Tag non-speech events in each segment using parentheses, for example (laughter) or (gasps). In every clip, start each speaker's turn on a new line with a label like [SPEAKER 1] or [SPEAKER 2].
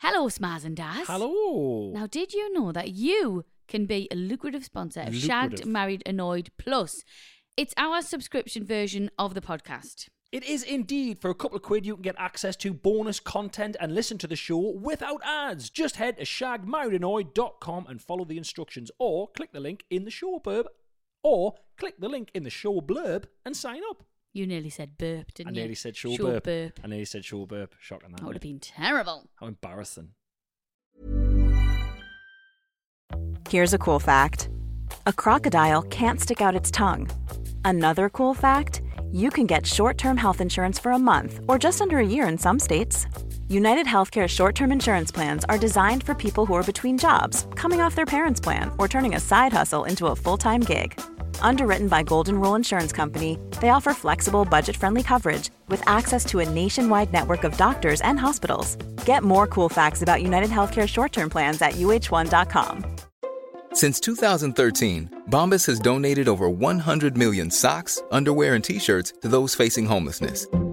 [SPEAKER 1] Hello, Smaz and Daz.
[SPEAKER 2] Hello.
[SPEAKER 1] Now, did you know that you can be a lucrative sponsor of Shagged,
[SPEAKER 2] Lucrative.
[SPEAKER 1] Married, Annoyed Plus? It's our subscription version of the podcast.
[SPEAKER 2] It is indeed. For a couple of quid, you can get access to bonus content and listen to the show without ads. Just head to shagmarriedanoy.com and follow the instructions, or click the link in the show blurb, or click the link in the show blurb and sign up.
[SPEAKER 1] You nearly said burp, didn't
[SPEAKER 2] I
[SPEAKER 1] you?
[SPEAKER 2] nearly said show,
[SPEAKER 1] Sure
[SPEAKER 2] burp. Oh, I nearly said show burp. Shocking that.
[SPEAKER 1] That would have been terrible.
[SPEAKER 2] How embarrassing.
[SPEAKER 3] Here's a cool fact a crocodile can't stick out its tongue. Another cool fact you can get short term health insurance for a month or just under a year in some states. United Healthcare short term insurance plans are designed for people who are between jobs, coming off their parents' plan, or turning a side hustle into a full time gig. Underwritten by Golden Rule Insurance Company, they offer flexible, budget friendly coverage with access to a nationwide network of doctors and hospitals. Get more cool facts about United Healthcare short term plans at uh1.com.
[SPEAKER 4] Since 2013, Bombas has donated over 100 million socks, underwear, and t shirts to those facing homelessness.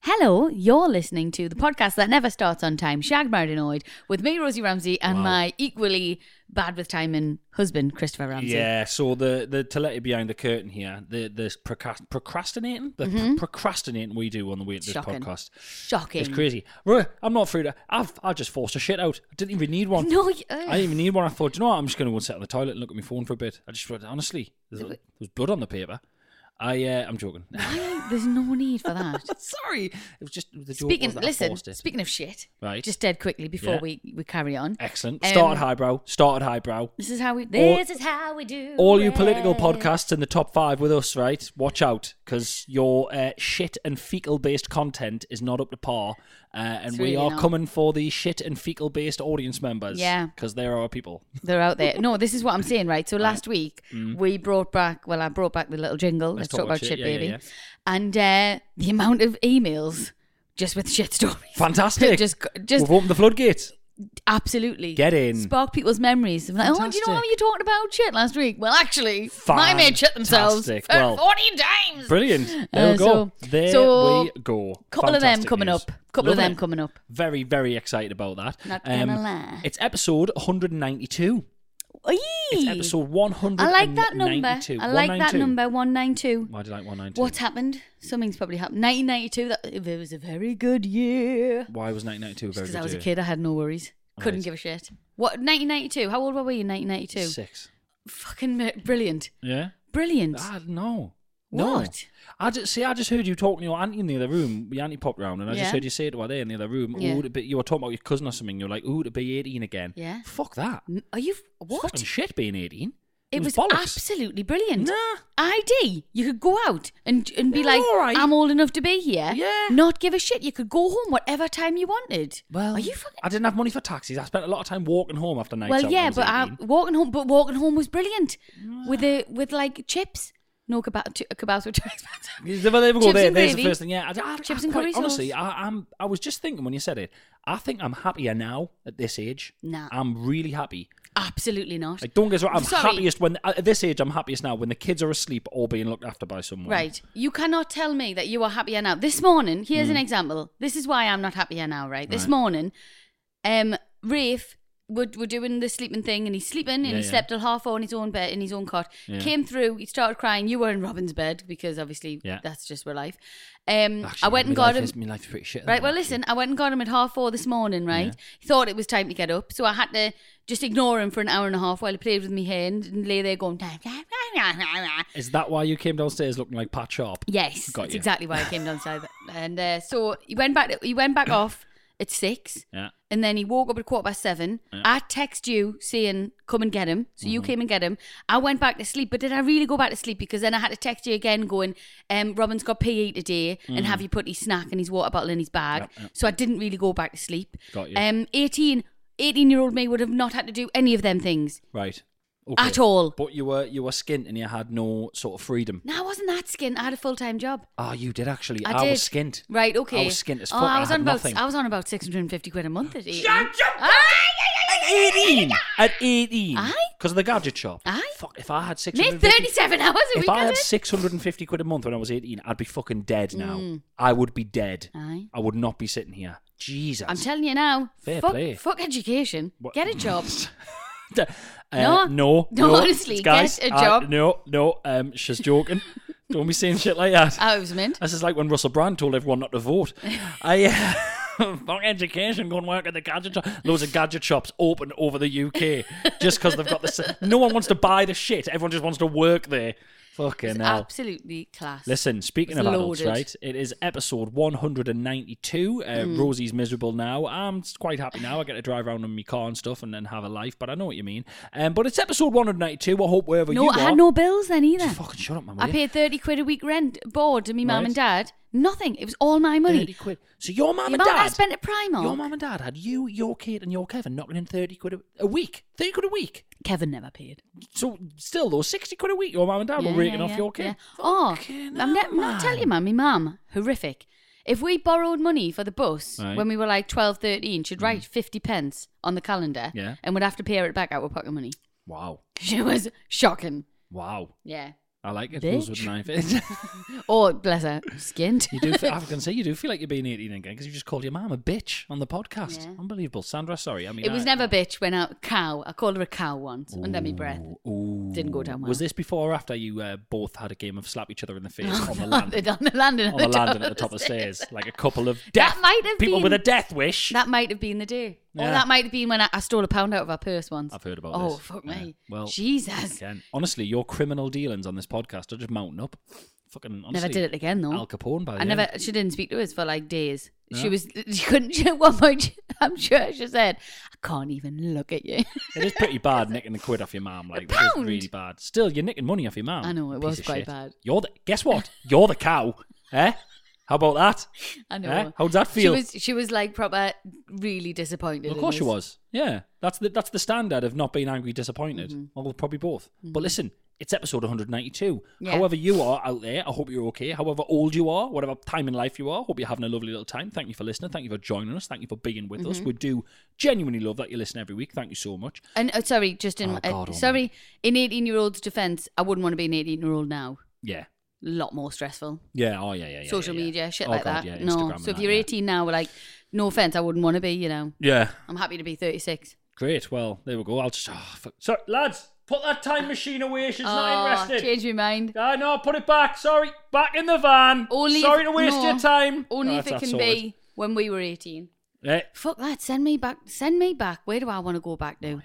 [SPEAKER 1] Hello, you're listening to the podcast that never starts on time, Shag Married Annoyed, with me, Rosie Ramsey, and
[SPEAKER 2] Wow.
[SPEAKER 1] my equally bad with timing husband, Christopher Ramsey.
[SPEAKER 2] Yeah, so the the to let you behind the curtain here, the the procrast- procrastinating, the pr- procrastinating we do on the way to this
[SPEAKER 1] Mm-hmm. Shocking.
[SPEAKER 2] podcast.
[SPEAKER 1] Shocking.
[SPEAKER 2] It's crazy. Ruh, I'm not through that. I've I just forced a shit out. I didn't even need one.
[SPEAKER 1] (laughs) No, you-
[SPEAKER 2] I didn't even need one. I thought, "Do you know what? I'm just going to go and sit on the toilet and look at my phone for a bit. I just thought, honestly, there's, there's blood on the paper. I uh, I'm joking. (laughs)
[SPEAKER 1] Why? There's no need for that.
[SPEAKER 2] Sorry, it was just the joke.
[SPEAKER 1] speaking,
[SPEAKER 2] was that I
[SPEAKER 1] listen,
[SPEAKER 2] forced it.
[SPEAKER 1] speaking of shit,
[SPEAKER 2] Right.
[SPEAKER 1] just dead quickly before
[SPEAKER 2] Yeah.
[SPEAKER 1] we, we carry on.
[SPEAKER 2] excellent.
[SPEAKER 1] Um,
[SPEAKER 2] started highbrow. Started highbrow.
[SPEAKER 1] This is how we. This is how we do.
[SPEAKER 2] All you political
[SPEAKER 1] it.
[SPEAKER 2] podcasts in the top five with us, right? Watch out, because your uh, shit and fecal based content is not up to par, uh, and
[SPEAKER 1] It's
[SPEAKER 2] we
[SPEAKER 1] really
[SPEAKER 2] are
[SPEAKER 1] not.
[SPEAKER 2] coming for the shit and fecal based audience members.
[SPEAKER 1] Yeah.
[SPEAKER 2] because they're our people.
[SPEAKER 1] They're out there. No, this is what I'm saying, right?
[SPEAKER 2] (laughs)
[SPEAKER 1] So last week
[SPEAKER 2] Mm.
[SPEAKER 1] we brought back. Well, I brought back the little jingle. Let's, talk, about shit,
[SPEAKER 2] Yeah, yeah,
[SPEAKER 1] baby.
[SPEAKER 2] yeah.
[SPEAKER 1] And uh, the amount of emails just with shit stories.
[SPEAKER 2] Fantastic!
[SPEAKER 1] (laughs) just, just
[SPEAKER 2] We've opened the floodgates.
[SPEAKER 1] absolutely
[SPEAKER 2] Get in.
[SPEAKER 1] Spark people's memories. I'm like, oh, do you know how
[SPEAKER 2] Fantastic.
[SPEAKER 1] you talked about shit last week? Well, actually, my mate shit themselves for
[SPEAKER 2] Fantastic. Well,
[SPEAKER 1] 14 times.
[SPEAKER 2] Brilliant. There we
[SPEAKER 1] Uh,
[SPEAKER 2] go.
[SPEAKER 1] so-
[SPEAKER 2] there
[SPEAKER 1] so,
[SPEAKER 2] we go.
[SPEAKER 1] Couple of them
[SPEAKER 2] Fantastic
[SPEAKER 1] coming
[SPEAKER 2] news.
[SPEAKER 1] up. Couple of
[SPEAKER 2] Lovely.
[SPEAKER 1] them coming up.
[SPEAKER 2] Very, very excited about that. Um,
[SPEAKER 1] Not gonna lie.
[SPEAKER 2] It's episode 192.
[SPEAKER 1] Eee!
[SPEAKER 2] It's episode
[SPEAKER 1] I
[SPEAKER 2] 192.
[SPEAKER 1] like that number. I like that
[SPEAKER 2] 192.
[SPEAKER 1] number. 192.
[SPEAKER 2] Why do you like 192?
[SPEAKER 1] What's happened? Something's probably happened. 1992, that, it was a very good year.
[SPEAKER 2] Why was 1992 a very
[SPEAKER 1] Because
[SPEAKER 2] good
[SPEAKER 1] I was a
[SPEAKER 2] year?
[SPEAKER 1] kid, I had no worries. Couldn't
[SPEAKER 2] Right.
[SPEAKER 1] give a shit. What, 1992? How old were we in 1992?
[SPEAKER 2] Six.
[SPEAKER 1] Fucking mi- brilliant.
[SPEAKER 2] Yeah?
[SPEAKER 1] Brilliant.
[SPEAKER 2] I don't know.
[SPEAKER 1] What?
[SPEAKER 2] No. I just see. I just heard you talking to your auntie in the other room. Your auntie popped round, and I
[SPEAKER 1] Yeah.
[SPEAKER 2] just heard you say to her there in the other room.
[SPEAKER 1] Yeah.
[SPEAKER 2] Ooh, to be, you were talking about your cousin or something. You're like, "Ooh, to be 18 again."
[SPEAKER 1] Yeah.
[SPEAKER 2] Fuck that.
[SPEAKER 1] N- Are you.
[SPEAKER 2] It's
[SPEAKER 1] What?
[SPEAKER 2] Fucking shit being 18.
[SPEAKER 1] It was
[SPEAKER 2] bollocks.
[SPEAKER 1] absolutely brilliant.
[SPEAKER 2] Nah.
[SPEAKER 1] ID. You could go out and and be
[SPEAKER 2] Yeah,
[SPEAKER 1] like,
[SPEAKER 2] all right.
[SPEAKER 1] I'm old enough to be here.
[SPEAKER 2] Yeah.
[SPEAKER 1] Not give a shit. You could go home whatever time you wanted. are you fucking?
[SPEAKER 2] I didn't have money for taxis. I spent a lot of time walking home after nights
[SPEAKER 1] Well,
[SPEAKER 2] out
[SPEAKER 1] yeah,
[SPEAKER 2] when
[SPEAKER 1] but
[SPEAKER 2] I
[SPEAKER 1] I,
[SPEAKER 2] was 18.
[SPEAKER 1] walking home, but walking home was brilliant
[SPEAKER 2] Ah.
[SPEAKER 1] with the with like chips. No kebab, ch- kebabs were (laughs) chips.
[SPEAKER 2] (laughs) Yeah, but there we go.
[SPEAKER 1] Chips
[SPEAKER 2] There,
[SPEAKER 1] and
[SPEAKER 2] there's the
[SPEAKER 1] gravy.
[SPEAKER 2] first thing. Yeah, I, I, I
[SPEAKER 1] Chips and
[SPEAKER 2] quite
[SPEAKER 1] curry sauce.
[SPEAKER 2] honestly, I, I'm. I was just thinking when you said it. I think I'm happier now at this age.
[SPEAKER 1] Nah.
[SPEAKER 2] I'm really happy.
[SPEAKER 1] Absolutely not.
[SPEAKER 2] Like, don't get us wrong. I'm
[SPEAKER 1] Sorry.
[SPEAKER 2] happiest when at this age. I'm happiest now when the kids are asleep or being looked after by someone.
[SPEAKER 1] Right. You cannot tell me that you are happier now. This morning, here's an example. This is why I'm not happier now, right? This
[SPEAKER 2] Hmm. Right.
[SPEAKER 1] morning, um, Rafe, we're, we're doing the sleeping thing and he's sleeping and
[SPEAKER 2] Yeah,
[SPEAKER 1] he
[SPEAKER 2] yeah.
[SPEAKER 1] slept till half four in his own bed, in his own cot.
[SPEAKER 2] Yeah.
[SPEAKER 1] Came through, he started crying. You were in Robin's bed because obviously
[SPEAKER 2] Yeah.
[SPEAKER 1] that's just real life. Um,
[SPEAKER 2] Actually,
[SPEAKER 1] I went
[SPEAKER 2] my
[SPEAKER 1] and got
[SPEAKER 2] life
[SPEAKER 1] him.
[SPEAKER 2] is- my life's pretty shit. at
[SPEAKER 1] Right.
[SPEAKER 2] the
[SPEAKER 1] Well,
[SPEAKER 2] moment,
[SPEAKER 1] listen, I went and got him at half four this morning. Right.
[SPEAKER 2] Yeah.
[SPEAKER 1] He thought it was time to get up, so I had to just ignore him for an hour and a half while he played with me hand and lay there going.
[SPEAKER 2] actually. Is that why you came downstairs looking like Pat Sharp?
[SPEAKER 1] Yes,
[SPEAKER 2] Got
[SPEAKER 1] that's
[SPEAKER 2] you.
[SPEAKER 1] exactly why I came downstairs. and uh, so he went back. He went back off at six,
[SPEAKER 2] Yeah.
[SPEAKER 1] and then he woke up at quarter past seven. I text you saying, "Come and get him." So you
[SPEAKER 2] Mm-hmm.
[SPEAKER 1] came and get him. I went back to sleep, but did I really go back to sleep? Because then I had to text you again, going, um, "Robin's got PE today,
[SPEAKER 2] Mm.
[SPEAKER 1] and have you put his snack and his water bottle in his bag?"
[SPEAKER 2] Yep, yep.
[SPEAKER 1] So I didn't really go back to sleep.
[SPEAKER 2] Got you.
[SPEAKER 1] Um, eighteen. 18 year old me would have not had to do any of them things.
[SPEAKER 2] Right. Okay.
[SPEAKER 1] At all.
[SPEAKER 2] But you were you were skint and you had no sort of freedom.
[SPEAKER 1] No, I wasn't that skint. I had a full time job.
[SPEAKER 2] Ah, you did actually.
[SPEAKER 1] I,
[SPEAKER 2] I,
[SPEAKER 1] did.
[SPEAKER 2] was skint.
[SPEAKER 1] Right, okay.
[SPEAKER 2] I was skint as
[SPEAKER 1] Oh,
[SPEAKER 2] fuck.
[SPEAKER 1] I was
[SPEAKER 2] had
[SPEAKER 1] on about
[SPEAKER 2] nothing.
[SPEAKER 1] I was on about six hundred and fifty quid a month at Ah, eight.
[SPEAKER 2] Shut your
[SPEAKER 1] Aye, aye, aye, aye,
[SPEAKER 2] At
[SPEAKER 1] aye, aye,
[SPEAKER 2] 18.
[SPEAKER 1] aye, aye.
[SPEAKER 2] At 18.
[SPEAKER 1] Aye.
[SPEAKER 2] Because of the gadget shop.
[SPEAKER 1] Aye.
[SPEAKER 2] Fuck, if I had
[SPEAKER 1] Made
[SPEAKER 2] 650
[SPEAKER 1] thirty seven hours a
[SPEAKER 2] If
[SPEAKER 1] week.
[SPEAKER 2] I
[SPEAKER 1] of
[SPEAKER 2] had
[SPEAKER 1] it.
[SPEAKER 2] 650 quid a month when I was 18, I'd be fucking dead now.
[SPEAKER 1] Mm.
[SPEAKER 2] I would be dead.
[SPEAKER 1] Aye.
[SPEAKER 2] I would not be sitting here. Jesus.
[SPEAKER 1] I'm telling you now.
[SPEAKER 2] Fair
[SPEAKER 1] fuck,
[SPEAKER 2] play.
[SPEAKER 1] fuck education.
[SPEAKER 2] What-
[SPEAKER 1] Get a job.
[SPEAKER 2] (laughs)
[SPEAKER 1] (laughs)
[SPEAKER 2] Uh,
[SPEAKER 1] No.
[SPEAKER 2] no,
[SPEAKER 1] No,
[SPEAKER 2] no,
[SPEAKER 1] honestly,
[SPEAKER 2] guys,
[SPEAKER 1] get a
[SPEAKER 2] I-
[SPEAKER 1] job.
[SPEAKER 2] no, no, um, she's
[SPEAKER 1] (laughs)
[SPEAKER 2] joking. Don't be saying shit like that.
[SPEAKER 1] I was meant.
[SPEAKER 2] This is like when Russell Brand told everyone not to
[SPEAKER 1] (laughs)
[SPEAKER 2] vote. I uh, (laughs) fuck education, go and work at the gadget shop. Loads of gadget shops open over the
[SPEAKER 1] (laughs)
[SPEAKER 2] UK just because they've got this. No one wants to buy the shit. Everyone just wants to work there. Fucking hell.
[SPEAKER 1] Absolutely class.
[SPEAKER 2] Listen, speaking
[SPEAKER 1] It's
[SPEAKER 2] of adults,
[SPEAKER 1] loaded.
[SPEAKER 2] right? It is episode 192. Uh,
[SPEAKER 1] Hmm.
[SPEAKER 2] Rosie's miserable now. I'm s- quite happy now. I get to drive around in my car and stuff and then have a life, but I know what you mean. Um, but it's episode 192. I hope wherever
[SPEAKER 1] No,
[SPEAKER 2] you
[SPEAKER 1] I
[SPEAKER 2] are.
[SPEAKER 1] had no bills then either.
[SPEAKER 2] Fucking shut up, man. will
[SPEAKER 1] I
[SPEAKER 2] you?
[SPEAKER 1] paid thirty quid a week rent, board to me mum
[SPEAKER 2] Right.
[SPEAKER 1] and dad. Nothing. It was all my money.
[SPEAKER 2] 30 quid. So your mum
[SPEAKER 1] You
[SPEAKER 2] and
[SPEAKER 1] know what
[SPEAKER 2] dad.
[SPEAKER 1] I spent at Primark.
[SPEAKER 2] Your mum and dad had you, your kid, and your Kevin knocking in 30 quid a, a week. 30 quid a week.
[SPEAKER 1] Kevin never paid.
[SPEAKER 2] So still, though, 60 quid a week your mum and dad
[SPEAKER 1] Yeah,
[SPEAKER 2] were raking
[SPEAKER 1] yeah,
[SPEAKER 2] off
[SPEAKER 1] yeah,
[SPEAKER 2] your kid.
[SPEAKER 1] yeah. Oh,
[SPEAKER 2] Fucking hell,
[SPEAKER 1] I'm, not- I'm not telling you,
[SPEAKER 2] man.
[SPEAKER 1] mum. My mum, horrific. If we borrowed money for the bus
[SPEAKER 2] Right. Mm.
[SPEAKER 1] when we were like 12, 13, she'd write 50 pence on the calendar
[SPEAKER 2] Yeah.
[SPEAKER 1] and would have to pay her it back out of pocket money. (laughs)
[SPEAKER 2] Wow.
[SPEAKER 1] She was shocking.
[SPEAKER 2] Wow.
[SPEAKER 1] Yeah.
[SPEAKER 2] I like it. Those with
[SPEAKER 1] Bitch.
[SPEAKER 2] knife edge.
[SPEAKER 1] Oh, bless her. Skinned.
[SPEAKER 2] (laughs) You do. Feel, I can say you do feel like you're being 18 again because you just called your mum a bitch on the podcast.
[SPEAKER 1] Yeah.
[SPEAKER 2] Unbelievable, Sandra. Sorry, I mean
[SPEAKER 1] (laughs) it was
[SPEAKER 2] I-
[SPEAKER 1] never bitch when I, cow. I called her a cow once under my breath. (laughs)
[SPEAKER 2] Oh, Ooh.
[SPEAKER 1] Didn't go down well.
[SPEAKER 2] Was this before or after you uh, both had a game of slap each other in the
[SPEAKER 1] (laughs)
[SPEAKER 2] face on the landing?
[SPEAKER 1] on the landing.
[SPEAKER 2] on the landing at the top of
[SPEAKER 1] (laughs)
[SPEAKER 2] stairs, like a couple of death
[SPEAKER 1] That might have
[SPEAKER 2] people
[SPEAKER 1] been-
[SPEAKER 2] with a death wish.
[SPEAKER 1] That might have been the day. Or
[SPEAKER 2] Yeah.
[SPEAKER 1] that might have been when I, I stole a pound out of her purse once.
[SPEAKER 2] I've heard about
[SPEAKER 1] oh,
[SPEAKER 2] this.
[SPEAKER 1] Oh, fuck
[SPEAKER 2] Yeah.
[SPEAKER 1] me.
[SPEAKER 2] Well,
[SPEAKER 1] Jesus.
[SPEAKER 2] Again, honestly, your criminal dealings on this podcast are just mounting up. Fucking honestly,
[SPEAKER 1] Never did it again, though.
[SPEAKER 2] Al Capone by the
[SPEAKER 1] I never.
[SPEAKER 2] end.
[SPEAKER 1] She didn't speak to us for like days.
[SPEAKER 2] Oh, No?
[SPEAKER 1] She was. (laughs) She couldn't. She, at one point, she- (laughs) I'm sure she said, "I can't even look at you." (laughs)
[SPEAKER 2] It is pretty bad nicking a quid off your mum. Like that is
[SPEAKER 1] pound?
[SPEAKER 2] really bad. Still, you're nicking money off your mum.
[SPEAKER 1] I know, it
[SPEAKER 2] piece
[SPEAKER 1] was
[SPEAKER 2] of
[SPEAKER 1] quite
[SPEAKER 2] shit.
[SPEAKER 1] bad.
[SPEAKER 2] You're the guess what? You're the cow. eh? How about that?
[SPEAKER 1] I know.
[SPEAKER 2] Eh? How'd that feel?
[SPEAKER 1] She was. She was like proper, really disappointed.
[SPEAKER 2] Well, of
[SPEAKER 1] in
[SPEAKER 2] course
[SPEAKER 1] us.
[SPEAKER 2] she was. Yeah. That's the that's the standard of not being angry, disappointed.
[SPEAKER 1] Mm-hmm.
[SPEAKER 2] Well, probably both. But listen, it's episode 192.
[SPEAKER 1] Yeah.
[SPEAKER 2] However you are out there, I hope you're okay. However old you are, whatever time in life you are, hope you're having a lovely little time. Thank you for listening. Thank you for joining us. Thank you for being with
[SPEAKER 1] Mm-hmm.
[SPEAKER 2] us. We do genuinely love that you listen every week. Thank you so much.
[SPEAKER 1] And uh, sorry, just in
[SPEAKER 2] Oh,
[SPEAKER 1] uh,
[SPEAKER 2] God
[SPEAKER 1] sorry, in 18 year old's defense, I wouldn't want to be an 18 year old now.
[SPEAKER 2] Yeah.
[SPEAKER 1] A lot more stressful.
[SPEAKER 2] Yeah. Oh yeah. Yeah. yeah
[SPEAKER 1] Social
[SPEAKER 2] yeah, yeah.
[SPEAKER 1] media, shit
[SPEAKER 2] Oh,
[SPEAKER 1] like
[SPEAKER 2] God,
[SPEAKER 1] that.
[SPEAKER 2] Yeah, Instagram
[SPEAKER 1] no.
[SPEAKER 2] and
[SPEAKER 1] So if
[SPEAKER 2] that,
[SPEAKER 1] you're
[SPEAKER 2] yeah.
[SPEAKER 1] 18 now, we're like, no offense, I wouldn't want to be. You know,
[SPEAKER 2] Yeah.
[SPEAKER 1] I'm happy to be 36.
[SPEAKER 2] Great. Well, there we go. I'll just. Oh, fuck. So, lads, put that time machine away. She's not
[SPEAKER 1] Oh,
[SPEAKER 2] interested.
[SPEAKER 1] change my mind.
[SPEAKER 2] Ah, no, put it back. Sorry. Back in the van.
[SPEAKER 1] Only if-
[SPEAKER 2] Sorry to waste
[SPEAKER 1] no.
[SPEAKER 2] your time.
[SPEAKER 1] Only
[SPEAKER 2] No,
[SPEAKER 1] if it
[SPEAKER 2] that's-
[SPEAKER 1] can
[SPEAKER 2] that's sorted.
[SPEAKER 1] be when we were 18.
[SPEAKER 2] Eh,
[SPEAKER 1] Fuck that. Send me back. Send me back. Where do I want to go back to?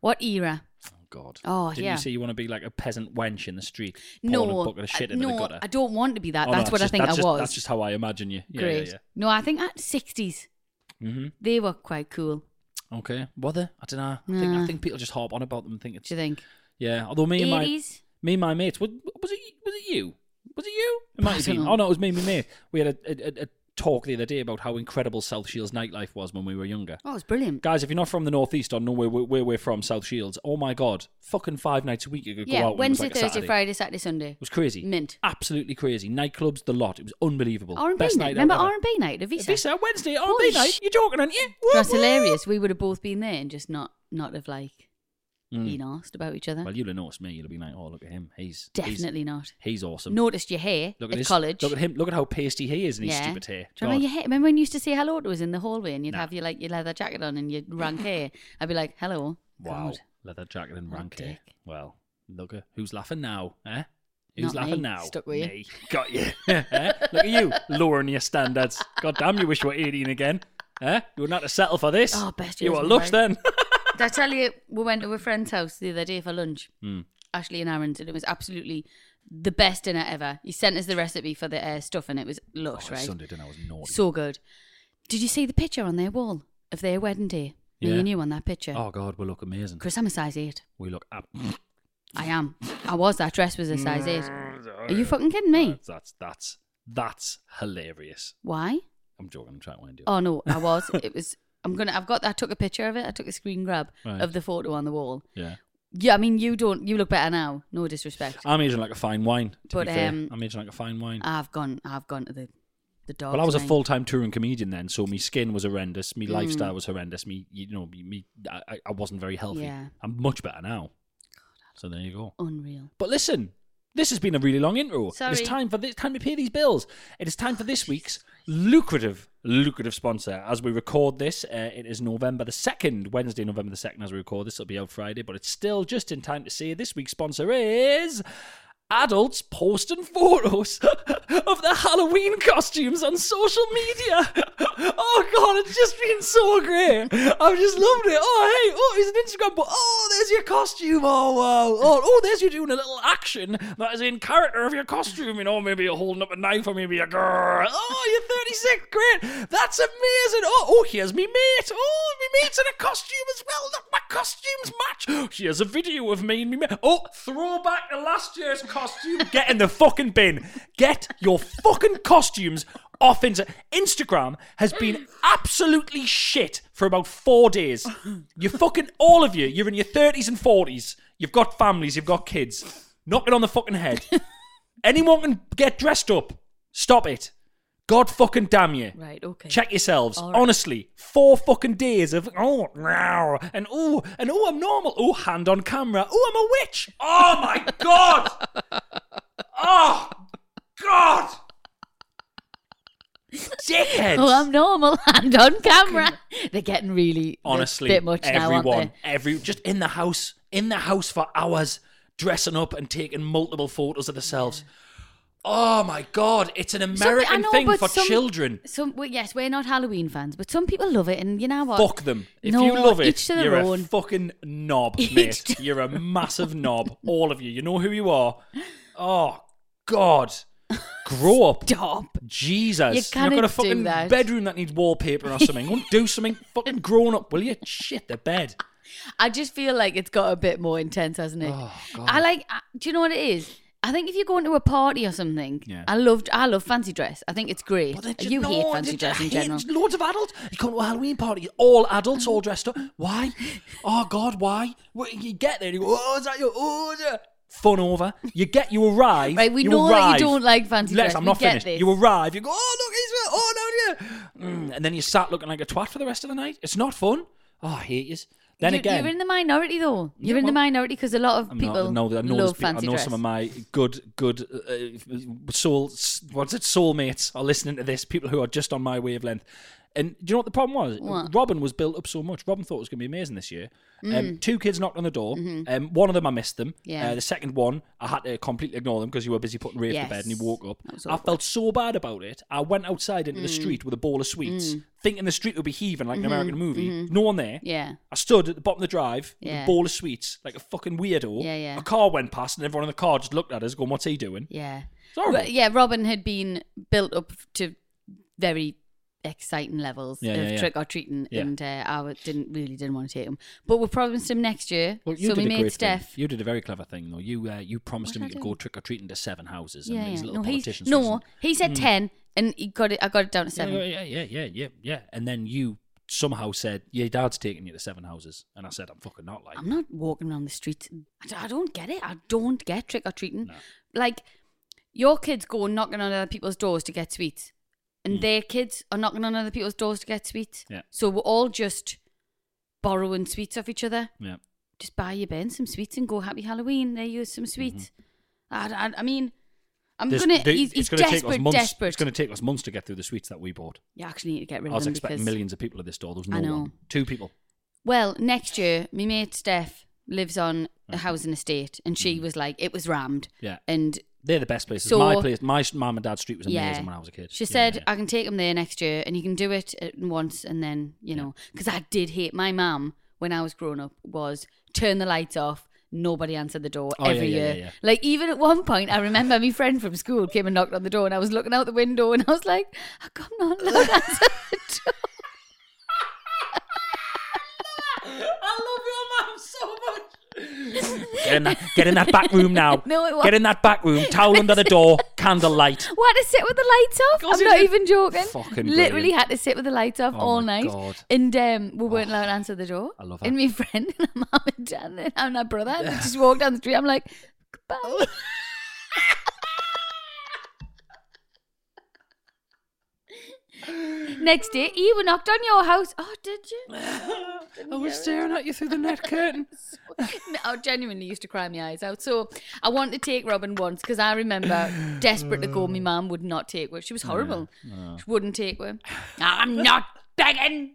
[SPEAKER 1] What era?
[SPEAKER 2] Oh, God.
[SPEAKER 1] Oh,
[SPEAKER 2] Didn't
[SPEAKER 1] yeah.
[SPEAKER 2] you say you want to be like a peasant wench in the street? pouring a
[SPEAKER 1] no,
[SPEAKER 2] bucket of shit
[SPEAKER 1] I,
[SPEAKER 2] into the
[SPEAKER 1] no,
[SPEAKER 2] gutter?
[SPEAKER 1] I don't want to be that.
[SPEAKER 2] Oh, no,
[SPEAKER 1] that's what
[SPEAKER 2] just-
[SPEAKER 1] I think
[SPEAKER 2] that's
[SPEAKER 1] I
[SPEAKER 2] just-
[SPEAKER 1] was.
[SPEAKER 2] that's just how I imagine you. Yeah,
[SPEAKER 1] Great.
[SPEAKER 2] yeah,
[SPEAKER 1] No, I think at 60s
[SPEAKER 2] yeah. hmm
[SPEAKER 1] they were quite cool.
[SPEAKER 2] Okay. Whether I don't know. I, think, I
[SPEAKER 1] Nah.
[SPEAKER 2] think people just harp on about them and think it's
[SPEAKER 1] Do you think?
[SPEAKER 2] yeah. Although me and my
[SPEAKER 1] 80s.
[SPEAKER 2] me and my mates was, was it was it you was it you it might have
[SPEAKER 1] I don't
[SPEAKER 2] been
[SPEAKER 1] know.
[SPEAKER 2] oh no it was me and my mate we had a, a, a, a talk the other day about how incredible South Shields nightlife was when we were younger
[SPEAKER 1] Oh, it was brilliant.
[SPEAKER 2] guys if you're not from the northeast or know where, where, where we're from South Shields oh my god fucking five nights a week you could
[SPEAKER 1] yeah,
[SPEAKER 2] go out
[SPEAKER 1] Wednesday,
[SPEAKER 2] and it was like a
[SPEAKER 1] Thursday,
[SPEAKER 2] Saturday.
[SPEAKER 1] Friday, Saturday, Sunday.
[SPEAKER 2] it was crazy
[SPEAKER 1] Mint.
[SPEAKER 2] absolutely crazy nightclubs the lot it was unbelievable
[SPEAKER 1] R&B
[SPEAKER 2] best
[SPEAKER 1] night.
[SPEAKER 2] night
[SPEAKER 1] Remember
[SPEAKER 2] out ever.
[SPEAKER 1] R&B night at Visa?
[SPEAKER 2] Visa Wednesday R&B
[SPEAKER 1] Holy
[SPEAKER 2] night
[SPEAKER 1] sh-
[SPEAKER 2] you're joking aren't you Woo,
[SPEAKER 1] That's
[SPEAKER 2] woo.
[SPEAKER 1] hilarious. We would have both been there and just not, not have like
[SPEAKER 2] Mm.
[SPEAKER 1] been asked about each other.
[SPEAKER 2] well you'll have noticed me you'll have been like oh look at him he's he's-
[SPEAKER 1] Definitely not.
[SPEAKER 2] he's, awesome
[SPEAKER 1] Noticed your hair
[SPEAKER 2] look at
[SPEAKER 1] at
[SPEAKER 2] his
[SPEAKER 1] college.
[SPEAKER 2] look at him look at how pasty he is and his
[SPEAKER 1] Yeah.
[SPEAKER 2] stupid hair
[SPEAKER 1] Do you remember
[SPEAKER 2] God.
[SPEAKER 1] your hair? Remember when you used to say hello to us in the hallway and you'd
[SPEAKER 2] Nah.
[SPEAKER 1] have your like your leather jacket on and your
[SPEAKER 2] (laughs)
[SPEAKER 1] rank hair? I'd be like, hello.
[SPEAKER 2] Wow.
[SPEAKER 1] God.
[SPEAKER 2] Leather jacket and
[SPEAKER 1] What a
[SPEAKER 2] rank hair.
[SPEAKER 1] dick.
[SPEAKER 2] Well, look at who's laughing now, eh? Who's
[SPEAKER 1] Not
[SPEAKER 2] laughing
[SPEAKER 1] me.
[SPEAKER 2] now?
[SPEAKER 1] Stuck with you.
[SPEAKER 2] Me. Got you. (laughs) eh? Look at you, lowering your standards. God damn, you wish you were 18 again. Eh? You were not to settle for this.
[SPEAKER 1] Oh, best
[SPEAKER 2] You
[SPEAKER 1] years
[SPEAKER 2] were
[SPEAKER 1] of my
[SPEAKER 2] lush
[SPEAKER 1] life.
[SPEAKER 2] then.
[SPEAKER 1] Did I tell you we went to a friend's house the other day for lunch?
[SPEAKER 2] Hmm.
[SPEAKER 1] Ashley and Aaron's, and it was absolutely the best dinner ever. He sent us the recipe for the uh, stuff, and it was
[SPEAKER 2] (laughs) Oh,
[SPEAKER 1] lush,
[SPEAKER 2] it's
[SPEAKER 1] right?
[SPEAKER 2] Sunday dinner was naughty.
[SPEAKER 1] So good. Did you see the picture on their wall of their wedding day?
[SPEAKER 2] Yeah.
[SPEAKER 1] Me and you on that picture.
[SPEAKER 2] oh, God, we look amazing.
[SPEAKER 1] Chris, I'm a size eight.
[SPEAKER 2] We look
[SPEAKER 1] (laughs)
[SPEAKER 2] ab-
[SPEAKER 1] I am. I was. That dress was a
[SPEAKER 2] (laughs)
[SPEAKER 1] size eight. Are you fucking kidding me?
[SPEAKER 2] That's, that's, that's hilarious.
[SPEAKER 1] Why?
[SPEAKER 2] I'm joking. I'm trying to wind you up.
[SPEAKER 1] Oh no, I was. it was. I'm gonna. I've got. I took a picture of it. I took a screen grab
[SPEAKER 2] Right.
[SPEAKER 1] of the photo on the wall.
[SPEAKER 2] Yeah.
[SPEAKER 1] Yeah, I mean, you don't. You look better now. No disrespect.
[SPEAKER 2] I'm aging like a fine wine. To
[SPEAKER 1] But,
[SPEAKER 2] be fair.
[SPEAKER 1] um,
[SPEAKER 2] I'm aging like a fine wine.
[SPEAKER 1] I've gone. I've gone to the the dog.
[SPEAKER 2] Well, I was a full time touring comedian then, so my skin was horrendous,
[SPEAKER 1] Mm.
[SPEAKER 2] my lifestyle was horrendous, me, you know, me, me I, I- I wasn't very healthy.
[SPEAKER 1] Yeah.
[SPEAKER 2] I'm much better now. So there you go.
[SPEAKER 1] Unreal.
[SPEAKER 2] But listen, this has been a really long intro.
[SPEAKER 1] Sorry.
[SPEAKER 2] It's time for this time to pay these bills. It is time for this week's lucrative, lucrative sponsor. As we record this, uh, it is November the second, Wednesday, November the second. As we record this, it'll be out Friday, but it's still just in time to say this week's sponsor is. Adults posting photos (laughs) of their Halloween costumes on social media. (laughs) Oh god, it's just been so great. I've just loved it. Oh hey, oh it's an Instagram, but oh there's your costume. Oh wow. Oh, oh there's you doing a little action that is in character of your costume. You know, maybe you're holding up a knife or maybe a girl. Oh, you're 36, great. That's amazing. Oh, oh, here's me mate. Oh, me mate's in a costume as well. Look, my costumes match. Oh, Here's a video of me and me mate. Oh, throwback to last year's costume. Get in the fucking bin. Get your fucking costumes off into Instagram has been absolutely shit for about four days. You fucking all of you, you're in your thirties and forties. You've got families, you've got kids. Knock it on the fucking head. Anyone can get dressed up. Stop it. God fucking damn you.
[SPEAKER 1] Right. Okay.
[SPEAKER 2] Check yourselves.
[SPEAKER 1] All right.
[SPEAKER 2] Honestly, four fucking days of oh wow and oh and oh I'm normal. Oh hand on camera. Oh I'm a witch. Oh my
[SPEAKER 1] (laughs)
[SPEAKER 2] god. oh god. Dickheads.
[SPEAKER 1] Oh, I'm normal (laughs) and on camera. They're getting really they're
[SPEAKER 2] Honestly,
[SPEAKER 1] a bit much now,
[SPEAKER 2] everyone,
[SPEAKER 1] aren't they?
[SPEAKER 2] every just in the house, in the house for hours, dressing up and taking multiple photos of themselves. Oh my god, it's an
[SPEAKER 1] Some- I
[SPEAKER 2] American
[SPEAKER 1] know,
[SPEAKER 2] thing
[SPEAKER 1] but
[SPEAKER 2] for
[SPEAKER 1] some-
[SPEAKER 2] children.
[SPEAKER 1] Some well, yes, we're not Halloween fans, but some people love it, and you know what?
[SPEAKER 2] Fuck them. If
[SPEAKER 1] No,
[SPEAKER 2] you love
[SPEAKER 1] each
[SPEAKER 2] it,
[SPEAKER 1] to their
[SPEAKER 2] you're a
[SPEAKER 1] own.
[SPEAKER 2] fucking knob,
[SPEAKER 1] (laughs) Each
[SPEAKER 2] mate.
[SPEAKER 1] to-
[SPEAKER 2] You're a massive knob, all of you. You know who you
[SPEAKER 1] (laughs)
[SPEAKER 2] are. Oh God,
[SPEAKER 1] (laughs)
[SPEAKER 2] grow up.
[SPEAKER 1] Stop.
[SPEAKER 2] Jesus,
[SPEAKER 1] You
[SPEAKER 2] have got a
[SPEAKER 1] cannot do
[SPEAKER 2] fucking
[SPEAKER 1] that.
[SPEAKER 2] bedroom that needs wallpaper or something. Won't do something
[SPEAKER 1] (laughs)
[SPEAKER 2] fucking grown up, will you? Shit, the bed.
[SPEAKER 1] I just feel like it's got a bit more intense, hasn't it?
[SPEAKER 2] Oh,
[SPEAKER 1] I like. I, do you know what it is? I think if you're going to a party or something,
[SPEAKER 2] Yeah.
[SPEAKER 1] I loved. I love fancy dress. I think it's great.
[SPEAKER 2] But then
[SPEAKER 1] you hate
[SPEAKER 2] know,
[SPEAKER 1] fancy
[SPEAKER 2] I
[SPEAKER 1] dress in
[SPEAKER 2] hate
[SPEAKER 1] general.
[SPEAKER 2] Loads of adults. You come to a Halloween party, all adults, all dressed up. Why? Oh God, why? Well, you get there, and you go, oh, is that your oh, is that-" Fun over. You get, you arrive.
[SPEAKER 1] Right, we
[SPEAKER 2] you
[SPEAKER 1] know that you
[SPEAKER 2] arrive.
[SPEAKER 1] don't like fancy
[SPEAKER 2] Lex,
[SPEAKER 1] dress.
[SPEAKER 2] I'm
[SPEAKER 1] We
[SPEAKER 2] not
[SPEAKER 1] get
[SPEAKER 2] finished.
[SPEAKER 1] this.
[SPEAKER 2] You arrive. You go, oh look, he's oh no, yeah. Mm, and then you start looking like a twat for the rest of the night. It's not fun. Oh, I hate you. Then
[SPEAKER 1] You-
[SPEAKER 2] again,
[SPEAKER 1] you're in the minority though. You're
[SPEAKER 2] Yeah,
[SPEAKER 1] in the
[SPEAKER 2] well,
[SPEAKER 1] minority because a lot of
[SPEAKER 2] I'm not-
[SPEAKER 1] people
[SPEAKER 2] no, I know
[SPEAKER 1] love
[SPEAKER 2] there's people-
[SPEAKER 1] fancy
[SPEAKER 2] I know
[SPEAKER 1] dress.
[SPEAKER 2] some of my good, good uh, soul. What's it? Soulmates are listening to this. People who are just on my wavelength. And do you know what the problem was?
[SPEAKER 1] What?
[SPEAKER 2] Robin was built up so much. Robin thought it was going to be amazing this year. Um, two kids knocked on the door. Um, one of them I missed them.
[SPEAKER 1] Mm. Mm-hmm. Yeah.
[SPEAKER 2] Uh, the second one I had to completely ignore them because you were busy putting Rafe to
[SPEAKER 1] Yes.
[SPEAKER 2] bed and he woke up.
[SPEAKER 1] That was Mm.
[SPEAKER 2] I felt so bad about it. I went outside into the street with a bowl of sweets, thinking the street would be heaving
[SPEAKER 1] Mm-hmm.
[SPEAKER 2] like an American movie. No one there.
[SPEAKER 1] yeah.
[SPEAKER 2] I stood at the bottom of the drive with a
[SPEAKER 1] Yeah.
[SPEAKER 2] bowl of sweets, like a fucking weirdo.
[SPEAKER 1] Yeah, yeah.
[SPEAKER 2] A car went past and everyone in the car just looked at us going, What's he doing?
[SPEAKER 1] Yeah.
[SPEAKER 2] horrible.
[SPEAKER 1] Ro- yeah, Robin had been built up to very exciting levels
[SPEAKER 2] Yeah,
[SPEAKER 1] of
[SPEAKER 2] yeah, yeah.
[SPEAKER 1] trick or treating,
[SPEAKER 2] Yeah.
[SPEAKER 1] and uh, I w- didn't really didn't want to take him. But we promised him next year, so we
[SPEAKER 2] a
[SPEAKER 1] made Steph.
[SPEAKER 2] thing. You did a very clever thing, though. You uh, you promised
[SPEAKER 1] What
[SPEAKER 2] him
[SPEAKER 1] did
[SPEAKER 2] you'd
[SPEAKER 1] I
[SPEAKER 2] go
[SPEAKER 1] do?
[SPEAKER 2] trick or treating to seven houses
[SPEAKER 1] yeah,
[SPEAKER 2] and these
[SPEAKER 1] yeah.
[SPEAKER 2] little
[SPEAKER 1] No, he's,
[SPEAKER 2] politicians. Mm.
[SPEAKER 1] no, he said ten, and he got it. I got it down to
[SPEAKER 2] Yeah,
[SPEAKER 1] seven.
[SPEAKER 2] yeah, yeah, yeah, yeah, yeah. And then you somehow said, Your dad's taking you to seven houses. And I said, I'm fucking not like.
[SPEAKER 1] I'm not walking around the streets. I d- I don't get it. I don't get trick or treating. Like your kids go knocking on other people's doors to get sweets, and their kids are knocking on other people's doors to get sweets.
[SPEAKER 2] Mm. Yeah.
[SPEAKER 1] So we're all just borrowing sweets off each other.
[SPEAKER 2] Yeah.
[SPEAKER 1] Just buy your Ben some sweets and go happy Halloween. There you go, some sweets. I, I, I mean, I'm
[SPEAKER 2] Mm-hmm. This-
[SPEAKER 1] gonna.
[SPEAKER 2] they-
[SPEAKER 1] he's
[SPEAKER 2] it's
[SPEAKER 1] he's
[SPEAKER 2] gonna
[SPEAKER 1] desperate,
[SPEAKER 2] take us months.
[SPEAKER 1] desperate.
[SPEAKER 2] It's going to take us months to get through the sweets that we bought.
[SPEAKER 1] You actually need to get
[SPEAKER 2] I
[SPEAKER 1] rid of
[SPEAKER 2] was
[SPEAKER 1] them
[SPEAKER 2] expecting
[SPEAKER 1] because
[SPEAKER 2] millions of people at this door. There was no
[SPEAKER 1] I know.
[SPEAKER 2] one. Two people.
[SPEAKER 1] Well, next year, my mate Steph lives on a housing estate, and she was like, it was rammed.
[SPEAKER 2] Mm. Yeah.
[SPEAKER 1] And
[SPEAKER 2] They're the best places.
[SPEAKER 1] So-
[SPEAKER 2] my place, my s- mum and dad's street was amazing
[SPEAKER 1] yeah,
[SPEAKER 2] when I was a kid.
[SPEAKER 1] she
[SPEAKER 2] Yeah,
[SPEAKER 1] said,
[SPEAKER 2] yeah.
[SPEAKER 1] I can take him there next year, and you can do it at once, and then, you know, because I did hate my mum when I was growing up, was turn the lights off. Nobody answered the door
[SPEAKER 2] Oh, yeah,
[SPEAKER 1] every
[SPEAKER 2] yeah,
[SPEAKER 1] year.
[SPEAKER 2] yeah, yeah.
[SPEAKER 1] Like even at one point, I remember my friend from school came and knocked on the door, and I was looking out the window, and I was like, "I come not look answer the door."
[SPEAKER 2] I love your mum so much. Get in that, get in that back room now.
[SPEAKER 1] (laughs) No, it wa-
[SPEAKER 2] get in that back room. Towel under the
[SPEAKER 1] (laughs)
[SPEAKER 2] door. Candlelight.
[SPEAKER 1] What to sit with the lights off?
[SPEAKER 2] course
[SPEAKER 1] I'm
[SPEAKER 2] you
[SPEAKER 1] not
[SPEAKER 2] did.
[SPEAKER 1] even joking.
[SPEAKER 2] Fucking
[SPEAKER 1] Literally
[SPEAKER 2] brilliant.
[SPEAKER 1] had to sit with the lights off
[SPEAKER 2] Oh
[SPEAKER 1] all
[SPEAKER 2] my
[SPEAKER 1] night,
[SPEAKER 2] God. Oh.
[SPEAKER 1] and um, we weren't allowed to answer the door.
[SPEAKER 2] I love
[SPEAKER 1] And my (laughs) friend and her mum and dad and her- and her brother they just walked down the street. I'm like,
[SPEAKER 2] (laughs)
[SPEAKER 1] goodbye. Next day, Eva knocked on your house. Oh, did you?
[SPEAKER 2] I was staring at you through the net curtain.
[SPEAKER 1] (laughs) I genuinely used to cry my eyes out. So I wanted to take Robin once because I remember desperate to go. My mum would not take her. She was horrible. She wouldn't take her. I'm not begging.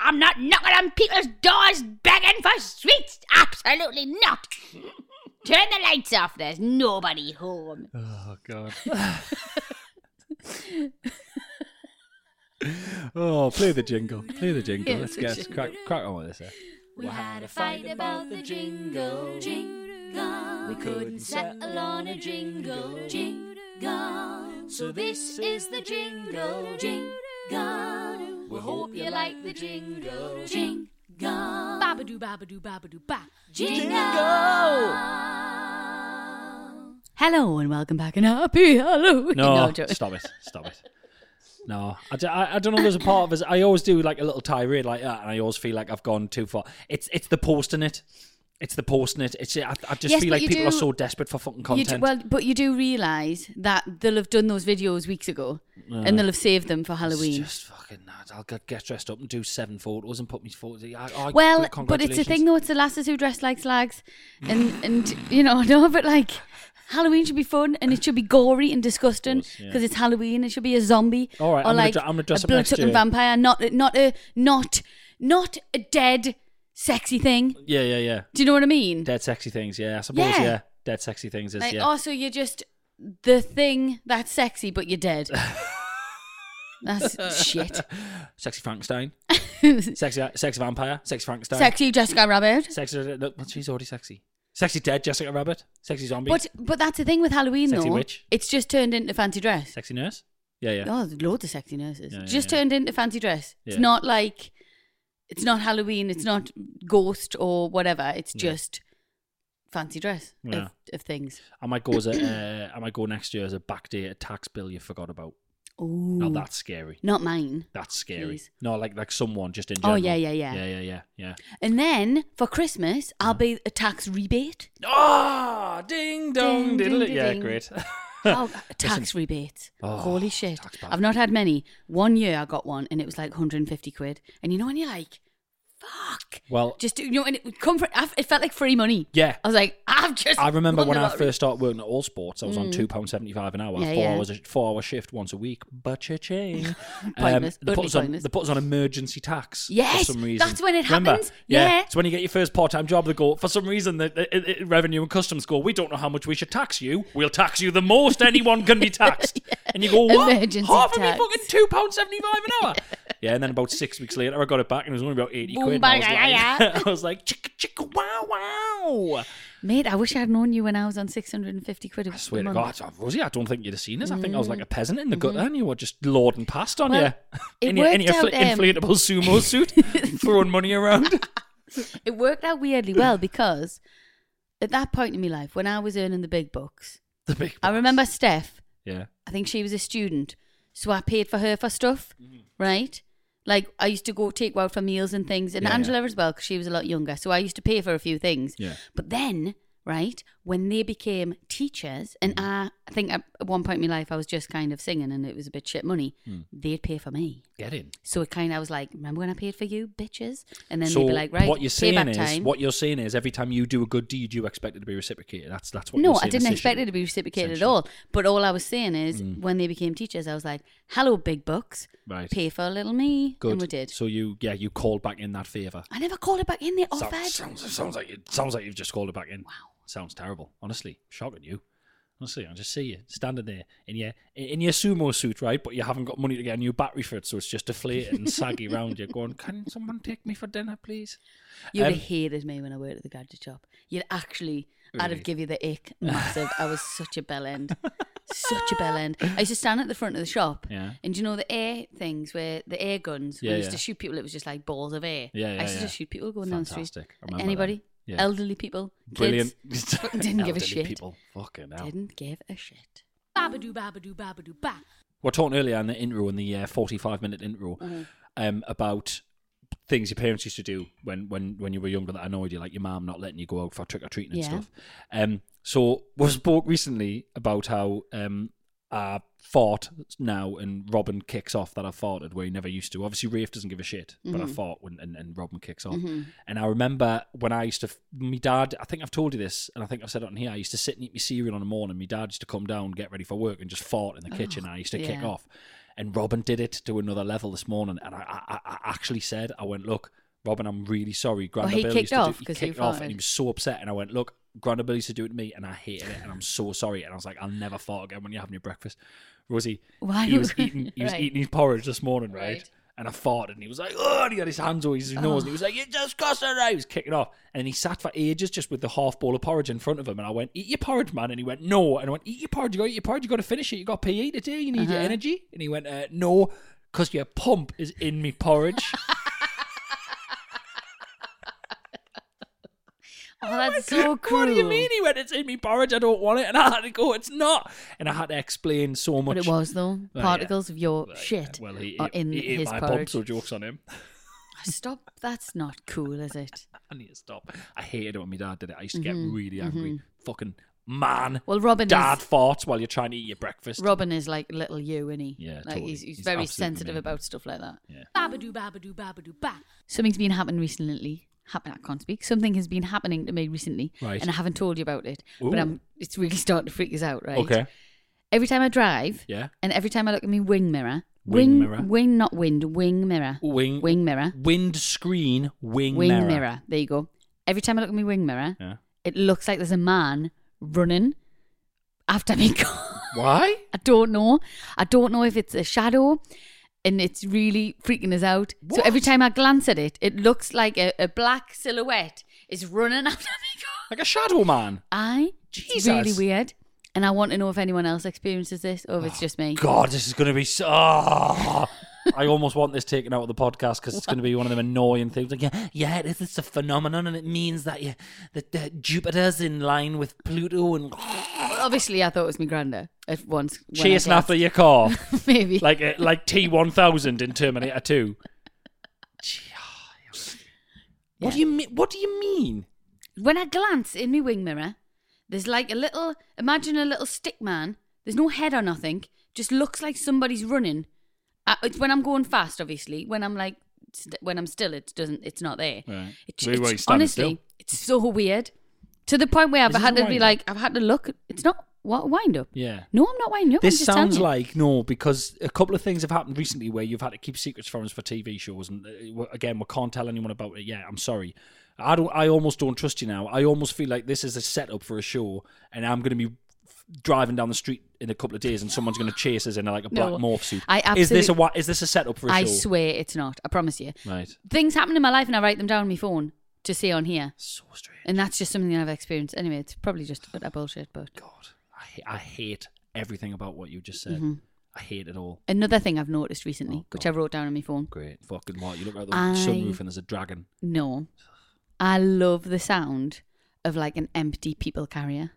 [SPEAKER 1] I'm not knocking on people's doors begging for sweets. Absolutely not. Turn the lights off. There's nobody home.
[SPEAKER 2] (laughs) Oh god.
[SPEAKER 1] (laughs)
[SPEAKER 2] oh, play the jingle. Play the jingle.
[SPEAKER 1] Yeah,
[SPEAKER 2] Let's
[SPEAKER 1] the
[SPEAKER 2] get
[SPEAKER 1] jingle.
[SPEAKER 2] crack crack on with this. eh?
[SPEAKER 1] We had a fight about the jingle, jingle. We couldn't settle on a jingle, jingle. So this is the jingle, jingle. We hope you like the jingle, jingle. Babadoo, babadoo, babadoo, ba. Jingle. Hello and welcome back and happy Halloween.
[SPEAKER 2] No,
[SPEAKER 1] I'm joking.
[SPEAKER 2] stop it. Stop it. No, I, d- I- I don't know. There's a part of us. I always do like a little tirade like that, and I always feel like I've gone too far. It's it's the post in it. It's the post in it. It's I, I just
[SPEAKER 1] Yes,
[SPEAKER 2] feel
[SPEAKER 1] but
[SPEAKER 2] like
[SPEAKER 1] you
[SPEAKER 2] people are
[SPEAKER 1] do-
[SPEAKER 2] so desperate for fucking
[SPEAKER 1] You
[SPEAKER 2] content.
[SPEAKER 1] do, well, but you do realise that they'll have done those videos weeks ago, and they'll have saved them for
[SPEAKER 2] It's
[SPEAKER 1] Halloween.
[SPEAKER 2] just fucking mad. I'll get, get dressed up and do seven photos and put me photos. I, I,
[SPEAKER 1] Well, but it's a
[SPEAKER 2] congratulations.
[SPEAKER 1] thing though. It's the lasses who dress like slags, and and you know (laughs) no, but like Halloween should be fun and it should be gory and disgusting
[SPEAKER 2] course,
[SPEAKER 1] because
[SPEAKER 2] yeah.
[SPEAKER 1] it's Halloween. It should be a zombie
[SPEAKER 2] All right, I'm
[SPEAKER 1] or
[SPEAKER 2] gonna
[SPEAKER 1] like
[SPEAKER 2] dre- I'm gonna dress
[SPEAKER 1] a
[SPEAKER 2] up next
[SPEAKER 1] blood-sucking
[SPEAKER 2] year.
[SPEAKER 1] vampire, not a- not a not not a dead sexy thing.
[SPEAKER 2] Yeah, yeah, yeah.
[SPEAKER 1] Do you know what I mean?
[SPEAKER 2] Dead sexy things. Yeah, I suppose. Yeah,
[SPEAKER 1] Yeah.
[SPEAKER 2] dead sexy things is
[SPEAKER 1] like oh.
[SPEAKER 2] yeah.
[SPEAKER 1] also you're just the thing that's sexy, but
[SPEAKER 2] (laughs)
[SPEAKER 1] you're dead. that's shit.
[SPEAKER 2] Sexy Frankenstein. sexy, sexy vampire. Sexy Frankenstein.
[SPEAKER 1] Sexy Jessica Rabbit.
[SPEAKER 2] Sexy. Look, but she's already sexy. Sexy dead Jessica Rabbit. Sexy zombie.
[SPEAKER 1] But but that's the thing with Halloween
[SPEAKER 2] Sexy
[SPEAKER 1] though.
[SPEAKER 2] witch.
[SPEAKER 1] It's just turned into fancy dress.
[SPEAKER 2] Sexy nurse. Yeah, yeah.
[SPEAKER 1] Oh, there's loads of sexy nurses.
[SPEAKER 2] Yeah, yeah,
[SPEAKER 1] just
[SPEAKER 2] yeah.
[SPEAKER 1] turned into fancy dress.
[SPEAKER 2] Yeah.
[SPEAKER 1] It's not like it's not Halloween. It's not ghost or whatever. It's
[SPEAKER 2] Yeah.
[SPEAKER 1] just fancy dress
[SPEAKER 2] Yeah.
[SPEAKER 1] of, of things.
[SPEAKER 2] I might go as a. Uh, I might go next year as a backdated tax bill you forgot about.
[SPEAKER 1] Ooh,
[SPEAKER 2] Now that's scary.
[SPEAKER 1] not mine.
[SPEAKER 2] That's scary.
[SPEAKER 1] Jeez.
[SPEAKER 2] No, like like someone just in general.
[SPEAKER 1] Oh, yeah, yeah, yeah.
[SPEAKER 2] Yeah, yeah, yeah, yeah.
[SPEAKER 1] And then for Christmas, I'll be a
[SPEAKER 2] (laughs)
[SPEAKER 1] tax rebate.
[SPEAKER 2] Ah, ding dong,
[SPEAKER 1] Ding,
[SPEAKER 2] diddle.
[SPEAKER 1] ding,
[SPEAKER 2] yeah,
[SPEAKER 1] ding.
[SPEAKER 2] great. (laughs)
[SPEAKER 1] Oh, tax rebates.
[SPEAKER 2] Oh,
[SPEAKER 1] Holy shit.
[SPEAKER 2] tax bag.
[SPEAKER 1] I've not had many. One year I got one and it was like 150 quid. And you know when you're like, fuck.
[SPEAKER 2] Well,
[SPEAKER 1] Just, you know, and it would come from, I- it felt like free money.
[SPEAKER 2] yeah.
[SPEAKER 1] I was like, I've just.
[SPEAKER 2] I remember
[SPEAKER 1] won
[SPEAKER 2] when
[SPEAKER 1] the
[SPEAKER 2] I
[SPEAKER 1] lottery.
[SPEAKER 2] first started working at All Sports, I was on two pound seventy five an hour,
[SPEAKER 1] Yeah,
[SPEAKER 2] four
[SPEAKER 1] yeah.
[SPEAKER 2] hours, four hour shift once a week. But
[SPEAKER 1] (laughs)
[SPEAKER 2] cha-ching.
[SPEAKER 1] Pointless,
[SPEAKER 2] they, put
[SPEAKER 1] totally
[SPEAKER 2] us on,
[SPEAKER 1] pointless.
[SPEAKER 2] they put us on emergency tax
[SPEAKER 1] Yes,
[SPEAKER 2] for some reason.
[SPEAKER 1] that's when it
[SPEAKER 2] Remember?
[SPEAKER 1] happens. Yeah.
[SPEAKER 2] it's when you get your first part time job. They go for some reason the, the- it- it- revenue and customs go. We don't know how much we should tax you. We'll tax you the most anyone
[SPEAKER 1] (laughs)
[SPEAKER 2] can be taxed. And you go what?
[SPEAKER 1] Emergency
[SPEAKER 2] Half of me
[SPEAKER 1] tax.
[SPEAKER 2] fucking two pound seventy five an
[SPEAKER 1] (laughs)
[SPEAKER 2] hour. yeah, and then about six weeks later, I got it back and it was only about eighty
[SPEAKER 1] Boom,
[SPEAKER 2] quid. and
[SPEAKER 1] bang,
[SPEAKER 2] I, was
[SPEAKER 1] yeah,
[SPEAKER 2] like, (laughs) I was like, chicka chicka wow wow.
[SPEAKER 1] Mate, I wish I'd known you when I was on 650 quid a
[SPEAKER 2] I swear to
[SPEAKER 1] month.
[SPEAKER 2] God, I- Rosie, I don't think you'd have seen this. I think I was like a peasant in the gutter and you were just lording past on
[SPEAKER 1] Mm.
[SPEAKER 2] you.
[SPEAKER 1] Mm-hmm. Well,
[SPEAKER 2] (laughs)
[SPEAKER 1] it
[SPEAKER 2] In your, in your
[SPEAKER 1] worked
[SPEAKER 2] fl-
[SPEAKER 1] out, um,
[SPEAKER 2] inflatable sumo
[SPEAKER 1] (laughs)
[SPEAKER 2] suit, throwing money around. (laughs)
[SPEAKER 1] It worked out weirdly well because at that point in my life, when I was earning the big bucks,
[SPEAKER 2] The big
[SPEAKER 1] I remember Steph,
[SPEAKER 2] Yeah.
[SPEAKER 1] I think she was a student, so I paid for her for stuff,
[SPEAKER 2] Mm-hmm.
[SPEAKER 1] right? Like I used to go take her out for meals and things, and
[SPEAKER 2] Yeah, yeah.
[SPEAKER 1] Angela as well because she was a lot younger, so I used to pay for a few things.
[SPEAKER 2] Yeah.
[SPEAKER 1] But then, right, when they became teachers, and
[SPEAKER 2] Mm-hmm.
[SPEAKER 1] I, I think at at one point in my life I was just kind of singing, and it was a bit shit money.
[SPEAKER 2] Hmm.
[SPEAKER 1] They'd pay for me.
[SPEAKER 2] Get in.
[SPEAKER 1] So it kind of I was like, remember when I paid for you, bitches? And then
[SPEAKER 2] so
[SPEAKER 1] they'd be like, right,
[SPEAKER 2] what you're
[SPEAKER 1] payback
[SPEAKER 2] saying is,
[SPEAKER 1] time.
[SPEAKER 2] what you're saying is, every time you do a good deed, you expect it to be reciprocated. That's that's what.
[SPEAKER 1] no,
[SPEAKER 2] you're
[SPEAKER 1] I
[SPEAKER 2] saying,
[SPEAKER 1] didn't expect
[SPEAKER 2] essentially.
[SPEAKER 1] it to be reciprocated at
[SPEAKER 2] Essentially. Mm.
[SPEAKER 1] all. But all I was saying is, when they became teachers, I was like, hello, big bucks.
[SPEAKER 2] Right.
[SPEAKER 1] Pay for a little me.
[SPEAKER 2] Good.
[SPEAKER 1] And we did.
[SPEAKER 2] So you, yeah, you called back in that favour.
[SPEAKER 1] I never called it back in. They
[SPEAKER 2] So-
[SPEAKER 1] offered.
[SPEAKER 2] Sounds, sounds like you, sounds like you've just called it back in. Wow, sounds terrible. Honestly, shocking you. Honestly, I just see you standing there in your in in your sumo suit, right? But you haven't got money to get a new battery for it, so it's just deflated and
[SPEAKER 1] (laughs)
[SPEAKER 2] saggy round you. Going, can someone take me for dinner, please?
[SPEAKER 1] You'd
[SPEAKER 2] Um,
[SPEAKER 1] have hated me when I worked at the gadget shop. You'd actually, I'd
[SPEAKER 2] Really?
[SPEAKER 1] have give you the ick massive. I was such a bell end. such a bell end. I used to stand at the front of the shop.
[SPEAKER 2] Yeah.
[SPEAKER 1] And do you know the air things where the air guns,
[SPEAKER 2] Yeah,
[SPEAKER 1] we used
[SPEAKER 2] yeah.
[SPEAKER 1] to shoot people, it was just like balls of air.
[SPEAKER 2] Yeah, yeah,
[SPEAKER 1] I used to
[SPEAKER 2] yeah.
[SPEAKER 1] just shoot people going down the
[SPEAKER 2] Fantastic.
[SPEAKER 1] street.
[SPEAKER 2] I remember
[SPEAKER 1] Anybody?
[SPEAKER 2] Yeah.
[SPEAKER 1] elderly people, kids.
[SPEAKER 2] Brilliant.
[SPEAKER 1] Fucking
[SPEAKER 2] (laughs)
[SPEAKER 1] didn't give a
[SPEAKER 2] Elderly
[SPEAKER 1] shit.
[SPEAKER 2] People. Fucking hell.
[SPEAKER 1] Didn't give a shit. Babadoo, babadoo, babadoo, ba.
[SPEAKER 2] We are talking earlier in the intro, in the uh, 45 minute intro, um, about things your parents used to do when, when, when you were younger that annoyed you, like your mum not letting you go out for trick or treating and
[SPEAKER 1] Yeah.
[SPEAKER 2] stuff. Um, so (laughs) we spoke recently about how um, I fart now and Robin kicks off that I farted where he never used to. Obviously, Rafe doesn't give a shit, but I fart when, and, and Robin kicks off. And I remember when I used to, f- my dad, I think I've told you this, and I think I've said it on here, I used to sit and eat my cereal on the morning. My dad used to come down, get ready for work, and just fart in the kitchen. And I used to kick
[SPEAKER 1] yeah.
[SPEAKER 2] off. And Robin did it to another level this morning. And I, I, I- I actually said, I went, look, Robin, I'm really sorry. Grandad
[SPEAKER 1] he
[SPEAKER 2] Bill
[SPEAKER 1] kicked
[SPEAKER 2] used to do,
[SPEAKER 1] off
[SPEAKER 2] he
[SPEAKER 1] 'cause you
[SPEAKER 2] kicked off and
[SPEAKER 1] farted.
[SPEAKER 2] he was so upset. And I went, look, Grandad Bill used to do it to me and I hated it. And I'm so sorry. And I was like, I'll never fart again when you're having your breakfast. Rosie,
[SPEAKER 1] Why
[SPEAKER 2] he was
[SPEAKER 1] would-
[SPEAKER 2] eating, he was
[SPEAKER 1] (laughs) Right.
[SPEAKER 2] eating his porridge this morning, right?
[SPEAKER 1] Right.
[SPEAKER 2] And I farted and he was like, oh, and he had his hands over his nose and he was like, you disgusting. And he was kicking off. And he sat for ages just with the half bowl of porridge in front of him. And I went, eat your porridge, man. And he went, no. And I went, eat your porridge. You got to eat your porridge. You got to finish it. You got PE today. You need your
[SPEAKER 1] Uh-huh.
[SPEAKER 2] energy. And he went, uh, no, because your pump is in me porridge.
[SPEAKER 1] Oh, that's so
[SPEAKER 2] (laughs)
[SPEAKER 1] cool.
[SPEAKER 2] What do you mean? He went, it's in me porridge. I don't want it. And I had to go, it's not. And I had to explain so much.
[SPEAKER 1] But it was though.
[SPEAKER 2] yeah.
[SPEAKER 1] Particles of your shit
[SPEAKER 2] Well, he,
[SPEAKER 1] are in
[SPEAKER 2] he, he ate
[SPEAKER 1] his
[SPEAKER 2] my pump,
[SPEAKER 1] porridge.
[SPEAKER 2] so jokes on him.
[SPEAKER 1] (laughs)
[SPEAKER 2] (laughs)
[SPEAKER 1] Stop. That's not cool, is it?
[SPEAKER 2] I need to stop. I hated it when my dad did it. I used to get really angry. Fucking man.
[SPEAKER 1] Mm-hmm, Well, Robin
[SPEAKER 2] dad
[SPEAKER 1] is
[SPEAKER 2] farts while you're trying to eat your breakfast.
[SPEAKER 1] Robin is like little you, isn't he?
[SPEAKER 2] Yeah,
[SPEAKER 1] like
[SPEAKER 2] totally.
[SPEAKER 1] he's, he's,
[SPEAKER 2] He's
[SPEAKER 1] very
[SPEAKER 2] absolutely
[SPEAKER 1] sensitive
[SPEAKER 2] mean.
[SPEAKER 1] about stuff like that.
[SPEAKER 2] Yeah.
[SPEAKER 1] Babadoo, babadoo, babadoo, ba. Something's been happening recently. Happen, I can't speak. Something has been happening to me recently,
[SPEAKER 2] Right.
[SPEAKER 1] and I haven't told you about it.
[SPEAKER 2] Ooh.
[SPEAKER 1] But I'm. It's really (laughs) starting to freak us out, right?
[SPEAKER 2] Okay.
[SPEAKER 1] Every time I drive,
[SPEAKER 2] Yeah.
[SPEAKER 1] and every time I look at my wing mirror,
[SPEAKER 2] Wing
[SPEAKER 1] wing
[SPEAKER 2] mirror.
[SPEAKER 1] wing, not wind, wing mirror,
[SPEAKER 2] Wing.
[SPEAKER 1] wing mirror,
[SPEAKER 2] Windscreen. Wing,
[SPEAKER 1] wing
[SPEAKER 2] mirror.
[SPEAKER 1] mirror. There you go. Every time I look at my wing mirror,
[SPEAKER 2] Yeah.
[SPEAKER 1] it looks like there's a man running after me (laughs) car.
[SPEAKER 2] Why?
[SPEAKER 1] I don't know. I don't know if it's a shadow and it's really freaking us out. So every
[SPEAKER 2] What?
[SPEAKER 1] time I glance at it, it looks like a, a black silhouette is running (laughs) after me car.
[SPEAKER 2] Like a shadow man.
[SPEAKER 1] I
[SPEAKER 2] Jesus.
[SPEAKER 1] it's really weird. And I want to know if anyone else experiences this or if it's just me.
[SPEAKER 2] Oh, God, this is going to be so. Ah. I almost want this taken out of the podcast because it's going to be one of them annoying things. Like, yeah, yeah, it is. It's a phenomenon, and it means that yeah, that uh, Jupiter's in line with Pluto and
[SPEAKER 1] Obviously, I thought it was my granda at once. when I
[SPEAKER 2] chasing
[SPEAKER 1] glanced.
[SPEAKER 2] after your car,
[SPEAKER 1] (laughs) Maybe.
[SPEAKER 2] like uh, like T one thousand in Terminator Two. Gee, ah, What do you mean? What do you mean?
[SPEAKER 1] when I glance in my wing mirror, there's like a little, imagine a little stick man. There's no head or nothing. Just looks like somebody's running. Uh, it's when I'm going fast, obviously. When I'm like, st- when I'm still, it doesn't, it's not there.
[SPEAKER 2] Right.
[SPEAKER 1] It,
[SPEAKER 2] So you're
[SPEAKER 1] it's,
[SPEAKER 2] standing
[SPEAKER 1] honestly,
[SPEAKER 2] still?
[SPEAKER 1] it's so weird. To the point where I've
[SPEAKER 2] Is this
[SPEAKER 1] had
[SPEAKER 2] a
[SPEAKER 1] to be
[SPEAKER 2] wind-up?
[SPEAKER 1] like, I've had to look. It's not what wind up.
[SPEAKER 2] Yeah.
[SPEAKER 1] No, I'm not winding up. I'm
[SPEAKER 2] This
[SPEAKER 1] just telling
[SPEAKER 2] sounds
[SPEAKER 1] you.
[SPEAKER 2] like no, because a couple of things have happened recently where you've had to keep secrets from us for TV shows, and uh, w- again, we can't tell anyone about it yet. I'm sorry. I don't. I almost don't trust you now. I almost feel like this is a setup for a show, and I'm going to be f- driving down the street in a couple of days, and someone's going to chase us in like a black
[SPEAKER 1] No,
[SPEAKER 2] morph suit.
[SPEAKER 1] I
[SPEAKER 2] is this a
[SPEAKER 1] absolute-
[SPEAKER 2] wa- is this a setup for a
[SPEAKER 1] I
[SPEAKER 2] show?
[SPEAKER 1] swear it's not. I promise you.
[SPEAKER 2] Right.
[SPEAKER 1] Things happen in my life and I write them down on my phone to see on here.
[SPEAKER 2] So strange.
[SPEAKER 1] And that's just something I've experienced. Anyway, it's probably just a bit of bullshit, but.
[SPEAKER 2] God, I, ha- I hate everything about what you just said.
[SPEAKER 1] Mm-hmm.
[SPEAKER 2] I hate it all.
[SPEAKER 1] Another thing I've noticed recently,
[SPEAKER 2] Oh,
[SPEAKER 1] which I
[SPEAKER 2] God.
[SPEAKER 1] wrote down on my phone.
[SPEAKER 2] Great. Fucking what? You look out the
[SPEAKER 1] I-
[SPEAKER 2] sunroof and there's a dragon.
[SPEAKER 1] No, I love the sound of like an empty people carrier.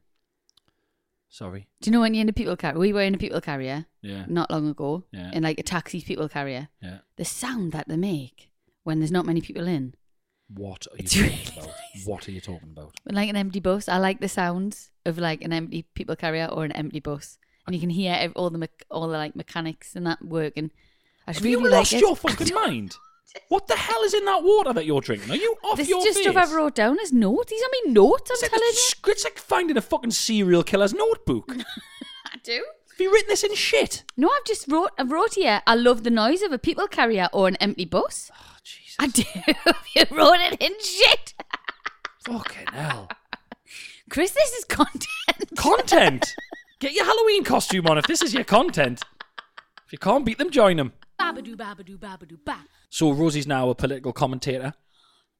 [SPEAKER 2] Sorry.
[SPEAKER 1] Do you know when you're in a people carrier? We were in a people carrier
[SPEAKER 2] Yeah.
[SPEAKER 1] not long ago,
[SPEAKER 2] Yeah.
[SPEAKER 1] in like a taxi people carrier.
[SPEAKER 2] Yeah.
[SPEAKER 1] The sound that they make when there's not many people in,
[SPEAKER 2] What are you
[SPEAKER 1] It's
[SPEAKER 2] talking
[SPEAKER 1] really
[SPEAKER 2] about?
[SPEAKER 1] nice.
[SPEAKER 2] What are you talking about?
[SPEAKER 1] When, like an empty bus. I like the sounds of like an empty people carrier or an empty bus, and you can hear ev- all the mech- all the like mechanics and that working. (laughs) I just
[SPEAKER 2] Have you
[SPEAKER 1] really like
[SPEAKER 2] lost
[SPEAKER 1] it.
[SPEAKER 2] your fucking mind? What the hell is in that water that you're drinking? Are you off
[SPEAKER 1] This
[SPEAKER 2] your
[SPEAKER 1] is just
[SPEAKER 2] face?
[SPEAKER 1] stuff I've wrote down as notes. These are my notes. I'm
[SPEAKER 2] It's like,
[SPEAKER 1] telling
[SPEAKER 2] a
[SPEAKER 1] you.
[SPEAKER 2] sc- it's like finding a fucking serial killer's
[SPEAKER 1] (laughs)
[SPEAKER 2] notebook. Have
[SPEAKER 1] I do.
[SPEAKER 2] you written this in shit?
[SPEAKER 1] No, I've just wrote. I've wrote here. I love the noise of a people carrier or an empty bus.
[SPEAKER 2] Oh, Jesus.
[SPEAKER 1] I do. (laughs) you wrote it in shit,
[SPEAKER 2] Fucking
[SPEAKER 1] (laughs)
[SPEAKER 2] hell.
[SPEAKER 1] Chris. This is content. (laughs)
[SPEAKER 2] Content! Get your Halloween costume on if this is your content. If you can't beat them, join them.
[SPEAKER 1] babadoo, babadoo, babadoo, ba.
[SPEAKER 2] So Rosie's now a political commentator.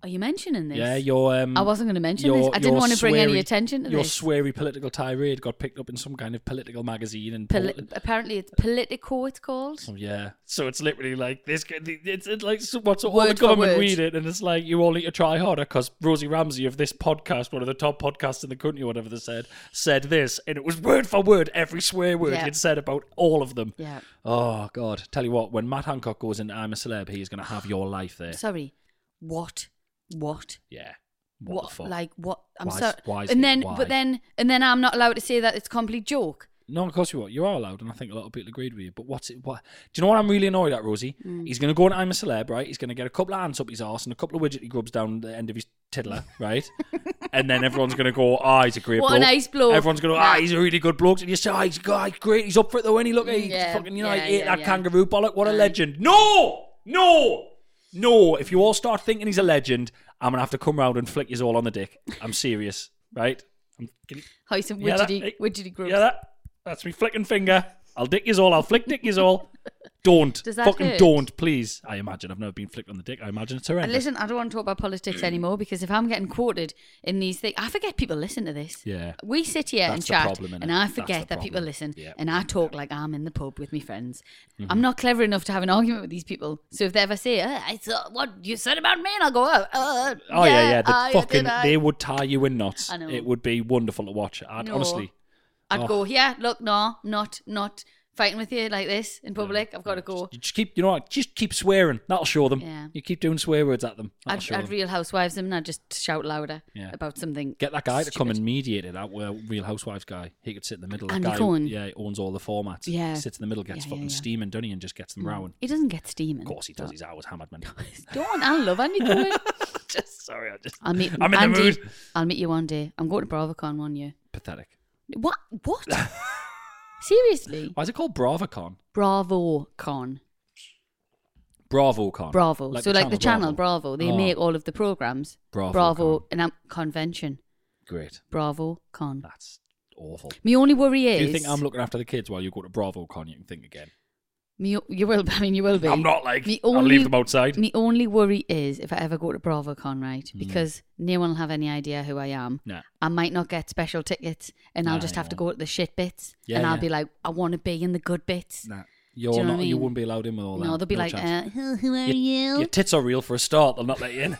[SPEAKER 1] Are you mentioning this?
[SPEAKER 2] Yeah, your um,
[SPEAKER 1] I wasn't going to mention
[SPEAKER 2] your-
[SPEAKER 1] this. I didn't
[SPEAKER 2] your
[SPEAKER 1] want to bring any
[SPEAKER 2] sweary-
[SPEAKER 1] attention to
[SPEAKER 2] Your
[SPEAKER 1] this.
[SPEAKER 2] sweary political tirade got picked up in some kind of political magazine and
[SPEAKER 1] Poli-
[SPEAKER 2] pol-
[SPEAKER 1] apparently, it's Politico. It's called.
[SPEAKER 2] Oh, yeah. So it's literally like this. It's, it's like so what's all
[SPEAKER 1] Word
[SPEAKER 2] the
[SPEAKER 1] for
[SPEAKER 2] government
[SPEAKER 1] word.
[SPEAKER 2] read it, and it's like you all need to try harder because Rosie Ramsey of this podcast, one of the top podcasts in the country, or whatever they said, said this, and it was word for word every swear word
[SPEAKER 1] Yeah.
[SPEAKER 2] it said about all of them.
[SPEAKER 1] Yeah.
[SPEAKER 2] Oh God! Tell you what, when Matt Hancock goes into I'm a Celeb, he's going to have your life there.
[SPEAKER 1] Sorry. What? What?
[SPEAKER 2] yeah. What,
[SPEAKER 1] What?
[SPEAKER 2] the fuck?
[SPEAKER 1] Like what? I'm
[SPEAKER 2] Why-
[SPEAKER 1] sorry.
[SPEAKER 2] why is it-
[SPEAKER 1] and then,
[SPEAKER 2] why?
[SPEAKER 1] but then, and then I'm not allowed to say that it's a complete joke.
[SPEAKER 2] No, of course you are. You are allowed, and I think a lot of people agreed with you. But what's it? What do you know? What I'm really annoyed at, Rosie?
[SPEAKER 1] Hmm.
[SPEAKER 2] He's going to go and I'm a celeb, right? He's going to get a couple of ants up his arse and a couple of widgety grubs down the end of his tiddler,
[SPEAKER 1] (laughs)
[SPEAKER 2] right? and then everyone's going to go, "Ah, he's a great
[SPEAKER 1] What a
[SPEAKER 2] bloke."
[SPEAKER 1] nice bloke.
[SPEAKER 2] Everyone's going to, "Ah,
[SPEAKER 1] Nah.
[SPEAKER 2] he's a really good bloke." And you say, "Ah, he's, ah, he's great. He's up for it though. Any look, he
[SPEAKER 1] Yeah,
[SPEAKER 2] fucking you know,
[SPEAKER 1] yeah,
[SPEAKER 2] he ate
[SPEAKER 1] yeah,
[SPEAKER 2] that
[SPEAKER 1] yeah.
[SPEAKER 2] kangaroo bollock. What a legend!" No, no, no. If you all start thinking he's a legend, I'm going to have to come round and flick you all on the dick. I'm serious, right? I'm
[SPEAKER 1] How some
[SPEAKER 2] yeah, that-
[SPEAKER 1] widgety,
[SPEAKER 2] hey,
[SPEAKER 1] widgety groups.
[SPEAKER 2] Yeah, that, that's me flicking finger. I'll dick yous all. I'll flick dick yous all. Don't.
[SPEAKER 1] (laughs) Does that
[SPEAKER 2] Fucking
[SPEAKER 1] hurt?
[SPEAKER 2] don't, please. I imagine. I've never been flicked on the dick. I imagine it's
[SPEAKER 1] and
[SPEAKER 2] horrendous.
[SPEAKER 1] listen, I don't want to talk
[SPEAKER 2] (clears throat)
[SPEAKER 1] about politics anymore because if I'm getting quoted in these things, I forget people listen to this.
[SPEAKER 2] Yeah.
[SPEAKER 1] We sit here
[SPEAKER 2] That's
[SPEAKER 1] and
[SPEAKER 2] the
[SPEAKER 1] chat,
[SPEAKER 2] problem, innit?
[SPEAKER 1] and I
[SPEAKER 2] That's the
[SPEAKER 1] forget that
[SPEAKER 2] problem.
[SPEAKER 1] people listen,
[SPEAKER 2] Yeah. Mm-hmm.
[SPEAKER 1] and I talk like I'm in the pub with my friends. I'm not clever enough to have an argument with these people. So if they ever say, "Uh, "I saw what you said about me," and I'll go, "Oh, uh,
[SPEAKER 2] Oh yeah, yeah. The
[SPEAKER 1] I did,
[SPEAKER 2] fucking
[SPEAKER 1] I."
[SPEAKER 2] they would tie you in knots.
[SPEAKER 1] I know.
[SPEAKER 2] It would be wonderful to watch. I'd
[SPEAKER 1] No.
[SPEAKER 2] honestly.
[SPEAKER 1] I'd
[SPEAKER 2] Oh.
[SPEAKER 1] go, yeah, look, no, not, not fighting with you like this in public. I've got to go.
[SPEAKER 2] You just keep, you know, what? just keep swearing. That'll show them.
[SPEAKER 1] Yeah.
[SPEAKER 2] You keep doing swear words at them. That'll
[SPEAKER 1] I'd,
[SPEAKER 2] show
[SPEAKER 1] I'd
[SPEAKER 2] them.
[SPEAKER 1] Real Housewives them and I'd just shout louder
[SPEAKER 2] Yeah.
[SPEAKER 1] about something.
[SPEAKER 2] Get that guy to come
[SPEAKER 1] stupid.
[SPEAKER 2] and mediate it. That uh, Real Housewives guy. He could sit in the middle. The
[SPEAKER 1] Andy
[SPEAKER 2] guy,
[SPEAKER 1] Cohen.
[SPEAKER 2] yeah, he owns all the formats.
[SPEAKER 1] Yeah.
[SPEAKER 2] sits in the middle, gets
[SPEAKER 1] Yeah, yeah,
[SPEAKER 2] fucking
[SPEAKER 1] yeah. Mm.
[SPEAKER 2] steaming, doesn't he, and just gets them rowing.
[SPEAKER 1] He doesn't get steaming.
[SPEAKER 2] Of course he does. He's always hammered,
[SPEAKER 1] (laughs)
[SPEAKER 2] man.
[SPEAKER 1] Don't I love Andy Cohen?
[SPEAKER 2] (laughs) just sorry, I just.
[SPEAKER 1] I'll meet
[SPEAKER 2] I'm in
[SPEAKER 1] Andy,
[SPEAKER 2] the mood.
[SPEAKER 1] I'll meet you one day. I'm going to BravoCon one year.
[SPEAKER 2] Pathetic.
[SPEAKER 1] What? What? (laughs) Seriously?
[SPEAKER 2] Why is it called BravoCon?
[SPEAKER 1] BravoCon.
[SPEAKER 2] BravoCon.
[SPEAKER 1] Bravo. so like the channel Bravo, they
[SPEAKER 2] Oh,
[SPEAKER 1] make all of the programs.
[SPEAKER 2] Bravo
[SPEAKER 1] Bravo
[SPEAKER 2] Con.
[SPEAKER 1] and I'm convention.
[SPEAKER 2] Great.
[SPEAKER 1] Bravo Con.
[SPEAKER 2] That's awful.
[SPEAKER 1] My only worry is
[SPEAKER 2] If you think I'm looking after the kids while you go to BravoCon, you can think again.
[SPEAKER 1] Me, you will. (laughs) I mean, you will be.
[SPEAKER 2] I'm not like
[SPEAKER 1] Me
[SPEAKER 2] I'll
[SPEAKER 1] only-
[SPEAKER 2] leave them outside.
[SPEAKER 1] My only worry is if I ever go to BravoCon, right?
[SPEAKER 2] Hmm.
[SPEAKER 1] Because no one will have any idea who I am.
[SPEAKER 2] Nah.
[SPEAKER 1] I might not get special tickets, and I'll
[SPEAKER 2] Nah,
[SPEAKER 1] just
[SPEAKER 2] you
[SPEAKER 1] have to
[SPEAKER 2] won't.
[SPEAKER 1] go to the shit bits,
[SPEAKER 2] Yeah,
[SPEAKER 1] and I'll
[SPEAKER 2] yeah.
[SPEAKER 1] be like, I want to be in the good bits.
[SPEAKER 2] Nah. You're
[SPEAKER 1] Do you know
[SPEAKER 2] not,
[SPEAKER 1] what I
[SPEAKER 2] you
[SPEAKER 1] mean?
[SPEAKER 2] wouldn't be allowed in with all that.
[SPEAKER 1] no, they'll be like,
[SPEAKER 2] chance.
[SPEAKER 1] uh, who, who are
[SPEAKER 2] Your-
[SPEAKER 1] you?
[SPEAKER 2] Your tits are real for a start. They'll not let you in.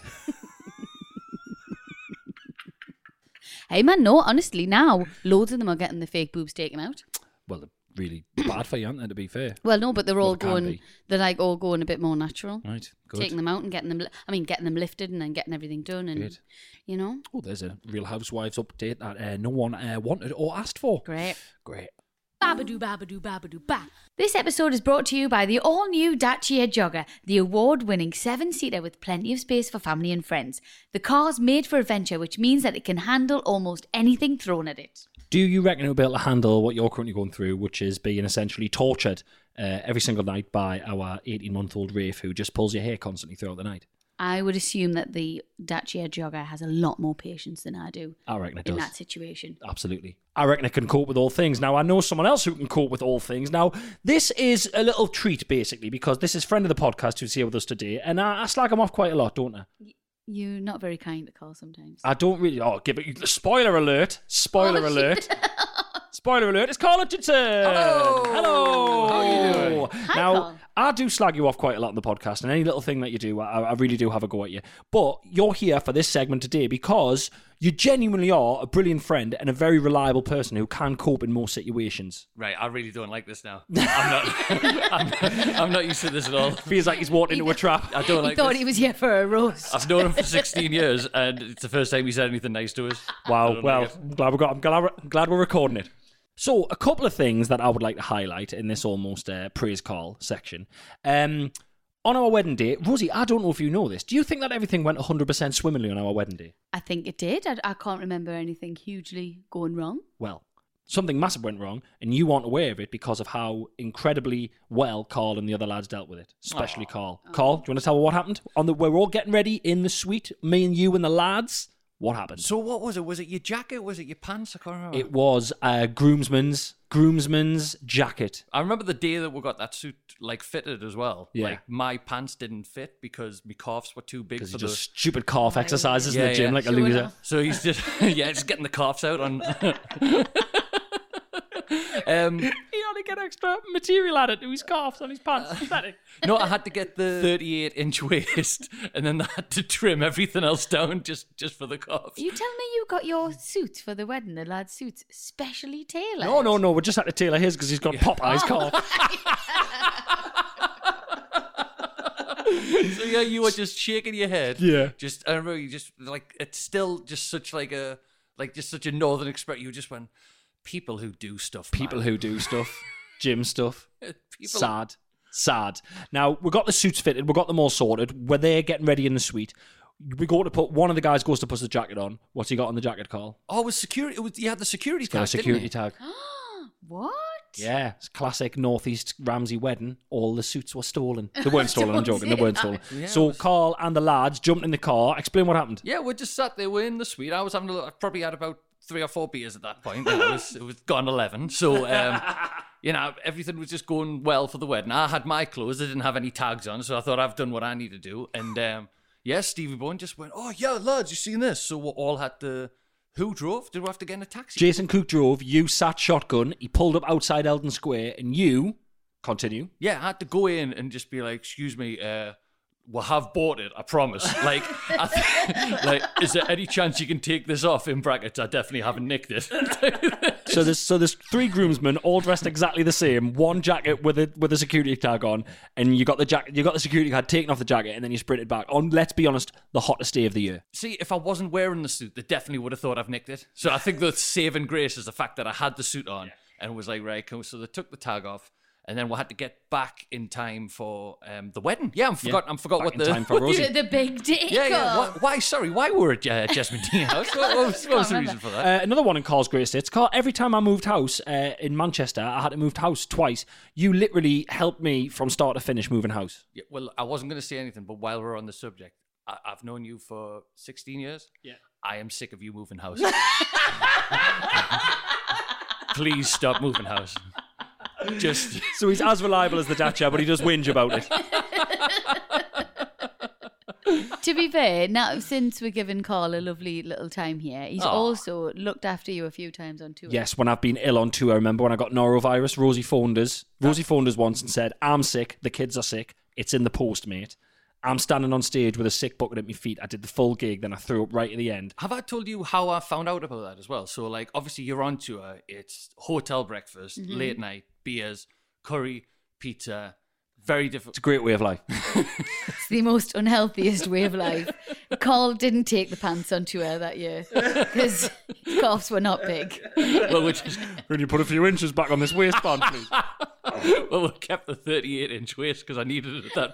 [SPEAKER 1] Hey man, no, honestly, now loads of them are getting the fake boobs taken out.
[SPEAKER 2] well, they're really (coughs) bad for you, aren't they, to be fair?
[SPEAKER 1] Well, no, but they're
[SPEAKER 2] Well,
[SPEAKER 1] all
[SPEAKER 2] they can
[SPEAKER 1] going.
[SPEAKER 2] be.
[SPEAKER 1] They're like all going a bit more natural.
[SPEAKER 2] Right. Good.
[SPEAKER 1] Taking them out and getting them. li- I mean, getting them lifted and then getting everything done, and
[SPEAKER 2] Good.
[SPEAKER 1] you know,
[SPEAKER 2] Oh, there's a Real Housewives update that uh, no one uh, wanted or asked for.
[SPEAKER 1] great.
[SPEAKER 2] Great.
[SPEAKER 1] Babadoo, babadoo, babadoo, ba. This episode is brought to you by the all new Dacia Jogger, the award winning seven seater with plenty of space for family and friends. The car's made for adventure, which means that it can handle almost anything thrown at it.
[SPEAKER 2] Do you reckon it'll be able to handle what you're currently going through, which is being essentially tortured uh, every single night by our 18 month old Rafe, who just pulls your hair constantly throughout the night?
[SPEAKER 1] I would assume that the Dacia Jogger has a lot more patience than I do
[SPEAKER 2] I reckon it
[SPEAKER 1] in
[SPEAKER 2] does.
[SPEAKER 1] that situation.
[SPEAKER 2] Absolutely. I reckon it can cope with all things. Now, I know someone else who can cope with all things. Now, this is a little treat, basically, because this is friend of the podcast who's here with us today, and I, I slag him off quite a lot, don't I?
[SPEAKER 1] You're not very kind to call sometimes.
[SPEAKER 2] I don't really. Oh, give it. Spoiler alert. Spoiler
[SPEAKER 1] (laughs) Oh, shit.
[SPEAKER 2] alert. Spoiler alert, it's Carl Hutchinson. Hello. Hello. How are you doing? now,
[SPEAKER 1] Carl.
[SPEAKER 2] I do slag you off quite a lot in the podcast, and any little thing that you do, I, I really do have a go at you. But you're here for this segment today because you genuinely are a brilliant friend and a very reliable person who can cope in most situations.
[SPEAKER 5] Right, I really don't like this now. I'm not. I'm, I'm not used to this at all.
[SPEAKER 2] Feels like he's walked into a trap. (laughs)
[SPEAKER 5] I don't
[SPEAKER 1] he
[SPEAKER 5] like
[SPEAKER 1] thought
[SPEAKER 5] this.
[SPEAKER 1] he was here for a roast.
[SPEAKER 5] I've known him for 16 years, and it's the first time he said anything nice to us. I
[SPEAKER 2] Wow.
[SPEAKER 5] don't
[SPEAKER 2] Well,
[SPEAKER 5] like it.
[SPEAKER 2] I'm glad we got. I'm glad, I'm glad we're recording it. So, a couple of things that I would like to highlight in this almost uh, praise call section. Um, on our wedding day, Rosie, I don't know if you know this. Do you think that everything went 100% swimmingly on our wedding day?
[SPEAKER 1] I think it did. I, I can't remember anything hugely going wrong.
[SPEAKER 2] Well, something massive went wrong, and you aren't aware of it because of how incredibly well Carl and the other lads dealt with it, especially Carl. Carl, do you want to tell me what happened? On the, we're all getting ready in the suite, me and you and the lads. What happened?
[SPEAKER 5] So what was it? Was it your jacket? Was it your pants? I can't remember.
[SPEAKER 2] it was uh, groomsman's groomsman's jacket.
[SPEAKER 5] I remember the day that we got that suit like fitted as well.
[SPEAKER 2] Yeah.
[SPEAKER 5] Like my pants didn't fit because my calves were too big
[SPEAKER 2] Because
[SPEAKER 5] for
[SPEAKER 2] you
[SPEAKER 5] the.
[SPEAKER 2] just stupid calf exercises in
[SPEAKER 5] Yeah,
[SPEAKER 2] the gym
[SPEAKER 5] yeah.
[SPEAKER 2] like a
[SPEAKER 5] Sure
[SPEAKER 2] loser.
[SPEAKER 1] enough.
[SPEAKER 5] (laughs) So he's just (laughs) yeah, just getting the calves out on. (laughs) um,
[SPEAKER 2] He only get extra material added to his calves on his pants.
[SPEAKER 5] no, I had to get (laughs) the 38 inch waist, and then I had to trim everything else down just just for the calves.
[SPEAKER 1] You tell me you got your suit for the wedding, the lad's suit, specially
[SPEAKER 2] (laughs)
[SPEAKER 1] tailored.
[SPEAKER 2] no, no, no. We just had to tailor his because he's got
[SPEAKER 5] (laughs)
[SPEAKER 2] Popeye's calf.
[SPEAKER 5] so yeah, you were just shaking your head.
[SPEAKER 2] Yeah.
[SPEAKER 5] Just I remember you just like it's still just such like a like just such a northern express. You just went people who do stuff. man."
[SPEAKER 2] People who do stuff, gym stuff.
[SPEAKER 5] people
[SPEAKER 2] Sad. Sad. Now, we got the suits fitted. We got them all sorted. We're there getting ready in the suite. We go to put one of the guys goes to put the jacket on. What's he got on the jacket, Carl?
[SPEAKER 5] Oh, it was security. It was you had the security
[SPEAKER 2] Got
[SPEAKER 5] tag.
[SPEAKER 2] a security
[SPEAKER 5] didn't you?
[SPEAKER 2] tag.
[SPEAKER 1] What?
[SPEAKER 2] Yeah, it's classic northeast Ramsey wedding. All the suits were
[SPEAKER 5] (laughs)
[SPEAKER 2] stolen. They weren't stolen. I'm joking. They weren't stolen.
[SPEAKER 5] Yeah,
[SPEAKER 2] so
[SPEAKER 5] it was-
[SPEAKER 2] Carl and the lads jumped in the car. Explain what happened.
[SPEAKER 5] Yeah, we just sat there. We're in the suite. I was having a look. I probably had about three or four beers at that point. it was it was gone eleven. So um, you know everything was just going well for the wedding. I had my clothes. I didn't have any tags on, so I thought I've done what I need to do. And um, yeah, Stevie Bond just went, "Oh yeah, lads, you seen this?" So we all had to. Who drove? Did we have to get in a taxi?
[SPEAKER 2] Jason Cook drove. You sat shotgun. He pulled up outside Eldon Square, and you continue.
[SPEAKER 5] yeah, I had to go in and just be like, excuse me, uh, we have bought it, I promise. Like, I th- (laughs) like, is there any chance you can take this off? In brackets, I definitely haven't nicked it.
[SPEAKER 2] So there's so there's three groomsmen all dressed exactly the same, one jacket with a with a security tag on, and you got the jacket you got the security card taken off the jacket, and then you sprinted back on. Let's be honest, the hottest day of the year.
[SPEAKER 5] See, if I wasn't wearing the suit, they definitely would have thought I've nicked it. So I think
[SPEAKER 2] (laughs)
[SPEAKER 5] the saving grace is the fact that I had the suit on and was like, right, cool. So they took the tag off. And then we had to get back in time for um, the wedding. Yeah, I forgot. I forgot
[SPEAKER 2] Back
[SPEAKER 5] what
[SPEAKER 2] in
[SPEAKER 5] the
[SPEAKER 2] time for Rosie.
[SPEAKER 1] The, the big dick.
[SPEAKER 5] (laughs) yeah, yeah. Why,
[SPEAKER 1] off.
[SPEAKER 5] why? Sorry, why
[SPEAKER 2] (laughs)
[SPEAKER 5] were at uh, Jasmine Dean House? What, what was, what was the reason for that?
[SPEAKER 2] Uh, another one in Carl's greatest hits. Carl, every time I moved house uh, in Manchester, I had to move house twice. You literally helped me from start to finish moving house.
[SPEAKER 5] Yeah, well, I wasn't going to say anything, but while we're on the subject, I- I've known you for 16 years. Yeah. I am sick of you
[SPEAKER 2] (laughs)
[SPEAKER 5] moving house. Please stop moving house. Just
[SPEAKER 2] So he's as reliable as the Dacia, but he does whinge about it.
[SPEAKER 1] (laughs) To be fair, now since we're giving Carl a lovely little time here, he's
[SPEAKER 5] Aw.
[SPEAKER 1] also looked after you a few times on tour.
[SPEAKER 2] Yes, when I've been ill on tour, I remember when I got norovirus, Rosie phoned us. Rosie phoned us once and said, I'm sick, the kids are sick, it's in the post, mate. I'm standing on stage with a sick bucket at my feet. I did the full gig, then I threw up right at the end.
[SPEAKER 5] have I told you how I found out about that as well? So, like, obviously, you're on tour. It's hotel breakfast,
[SPEAKER 1] Mm-hmm.
[SPEAKER 5] late night, beers, curry, pizza. Very difficult.
[SPEAKER 2] (laughs) It's a great way of life.
[SPEAKER 1] It's the most unhealthiest way of life. (laughs) Carl didn't take the pants on tour that
[SPEAKER 5] (laughs)
[SPEAKER 1] year because his calves were not big.
[SPEAKER 5] well, we just
[SPEAKER 2] Can you put a few inches back on this waistband, please?
[SPEAKER 5] well, we kept the 38 inch waist because I needed it at that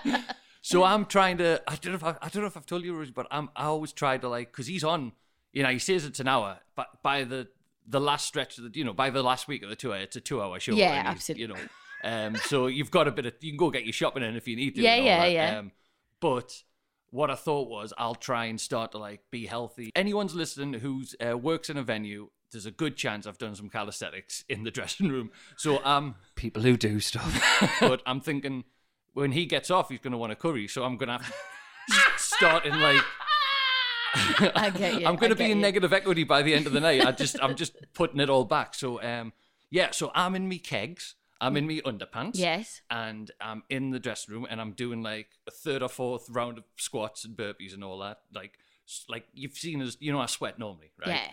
[SPEAKER 5] point. so I'm trying to. I don't know if I, I don't know if I've told you, Rosie, but I'm. I always try to like because he's on. You know, he says it's an hour, but by the the last stretch of the, you know, by the last week of the tour, it's a two hour show.
[SPEAKER 1] Yeah,
[SPEAKER 5] and he's-
[SPEAKER 1] absolutely.
[SPEAKER 5] You know, um, so you've got a bit of. You can go get your shopping in if you need to.
[SPEAKER 1] Yeah,
[SPEAKER 5] and all
[SPEAKER 1] yeah,
[SPEAKER 5] that,
[SPEAKER 1] yeah.
[SPEAKER 5] Um, but what I thought was I'll try and start to like be healthy. Anyone's listening who's uh, works in a venue. There's a good chance I've done some calisthenics in the (laughs) dressing room, so I'm
[SPEAKER 2] People who do stuff.
[SPEAKER 5] (laughs) but I'm thinking when he gets off, he's going to want a curry. So I'm going to have to start in like
[SPEAKER 1] (laughs) I get you.
[SPEAKER 5] I'm going
[SPEAKER 1] I
[SPEAKER 5] to be
[SPEAKER 1] get
[SPEAKER 5] in
[SPEAKER 1] you.
[SPEAKER 5] negative equity by the end of the night. I just I'm just putting it all back. So um yeah, so I'm in me kegs, I'm in me underpants,
[SPEAKER 1] Yes.
[SPEAKER 5] and I'm in the dressing room and I'm doing like a third or fourth round of squats and burpees and all that. Like s- like you've seen us, you know, I sweat normally, right?
[SPEAKER 1] Yeah.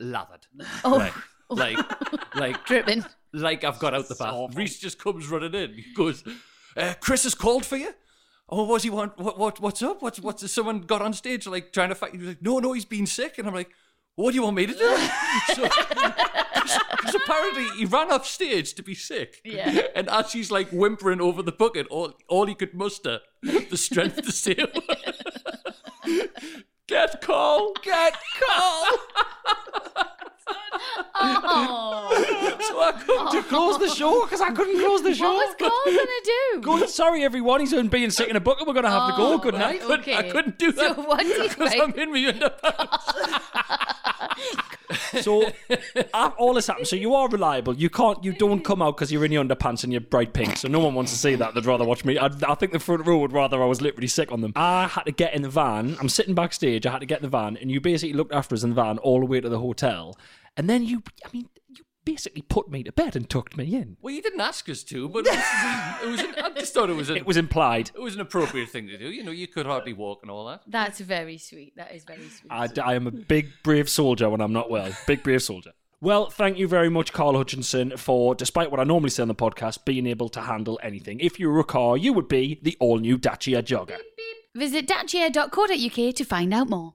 [SPEAKER 5] lathered.
[SPEAKER 1] Oh.
[SPEAKER 5] Right. Like, like
[SPEAKER 1] Dripping.
[SPEAKER 5] (laughs)
[SPEAKER 1] (laughs)
[SPEAKER 5] like I've got out the bath. Reese just comes running in. He goes, uh, "Chris has called for you." Oh, what's he want? What, what what's up? What's what's someone got on stage like trying to fight? He was like, "No, no, he's been sick," and I'm like. What do you want me to do? Because apparently he ran off stage to be sick.
[SPEAKER 1] Yeah.
[SPEAKER 5] And as he's like whimpering over the bucket, all, all he could muster the strength to say, (laughs) was, (laughs) Get Cole! Get Cole!
[SPEAKER 1] Oh.
[SPEAKER 2] so I come (laughs) to close the show because I couldn't close the show.
[SPEAKER 1] What was Carl gonna do?
[SPEAKER 2] Good, sorry everyone, he's been being sick in a bucket. We're gonna have to go.
[SPEAKER 1] Oh,
[SPEAKER 2] Good night.
[SPEAKER 1] right, okay.
[SPEAKER 5] I couldn't do
[SPEAKER 2] (laughs)
[SPEAKER 1] So
[SPEAKER 5] that
[SPEAKER 1] what do
[SPEAKER 5] (laughs)
[SPEAKER 1] you
[SPEAKER 5] because
[SPEAKER 1] think?
[SPEAKER 5] I'm in my underpants.
[SPEAKER 2] So uh, all this happened. So you are reliable. You can't. You don't come out because you're in your underpants and you're bright pink. So no one wants to see that. They'd rather watch me. I, I think the front row would rather I was literally sick on them. I had to get in the van. I'm sitting backstage. I had to get in the van, and you basically looked after us in the van all the way to the hotel. And then you, I mean, you basically put me to bed and tucked me in.
[SPEAKER 5] Well, you didn't ask us to, but it was, it was an, I just thought it was, an,
[SPEAKER 2] It was implied.
[SPEAKER 5] it was an appropriate thing to do. You know, you could hardly walk and all that.
[SPEAKER 1] That's very sweet. That is very sweet.
[SPEAKER 2] I, I am a big, brave soldier when I'm not well. Big, brave soldier. Well, thank you very much, Carl Hutchinson, for, despite what I normally say on the podcast, being able to handle anything. If you were a car, you would be the all new Dacia Jogger.
[SPEAKER 1] Visit datchair.co.uk to find out more.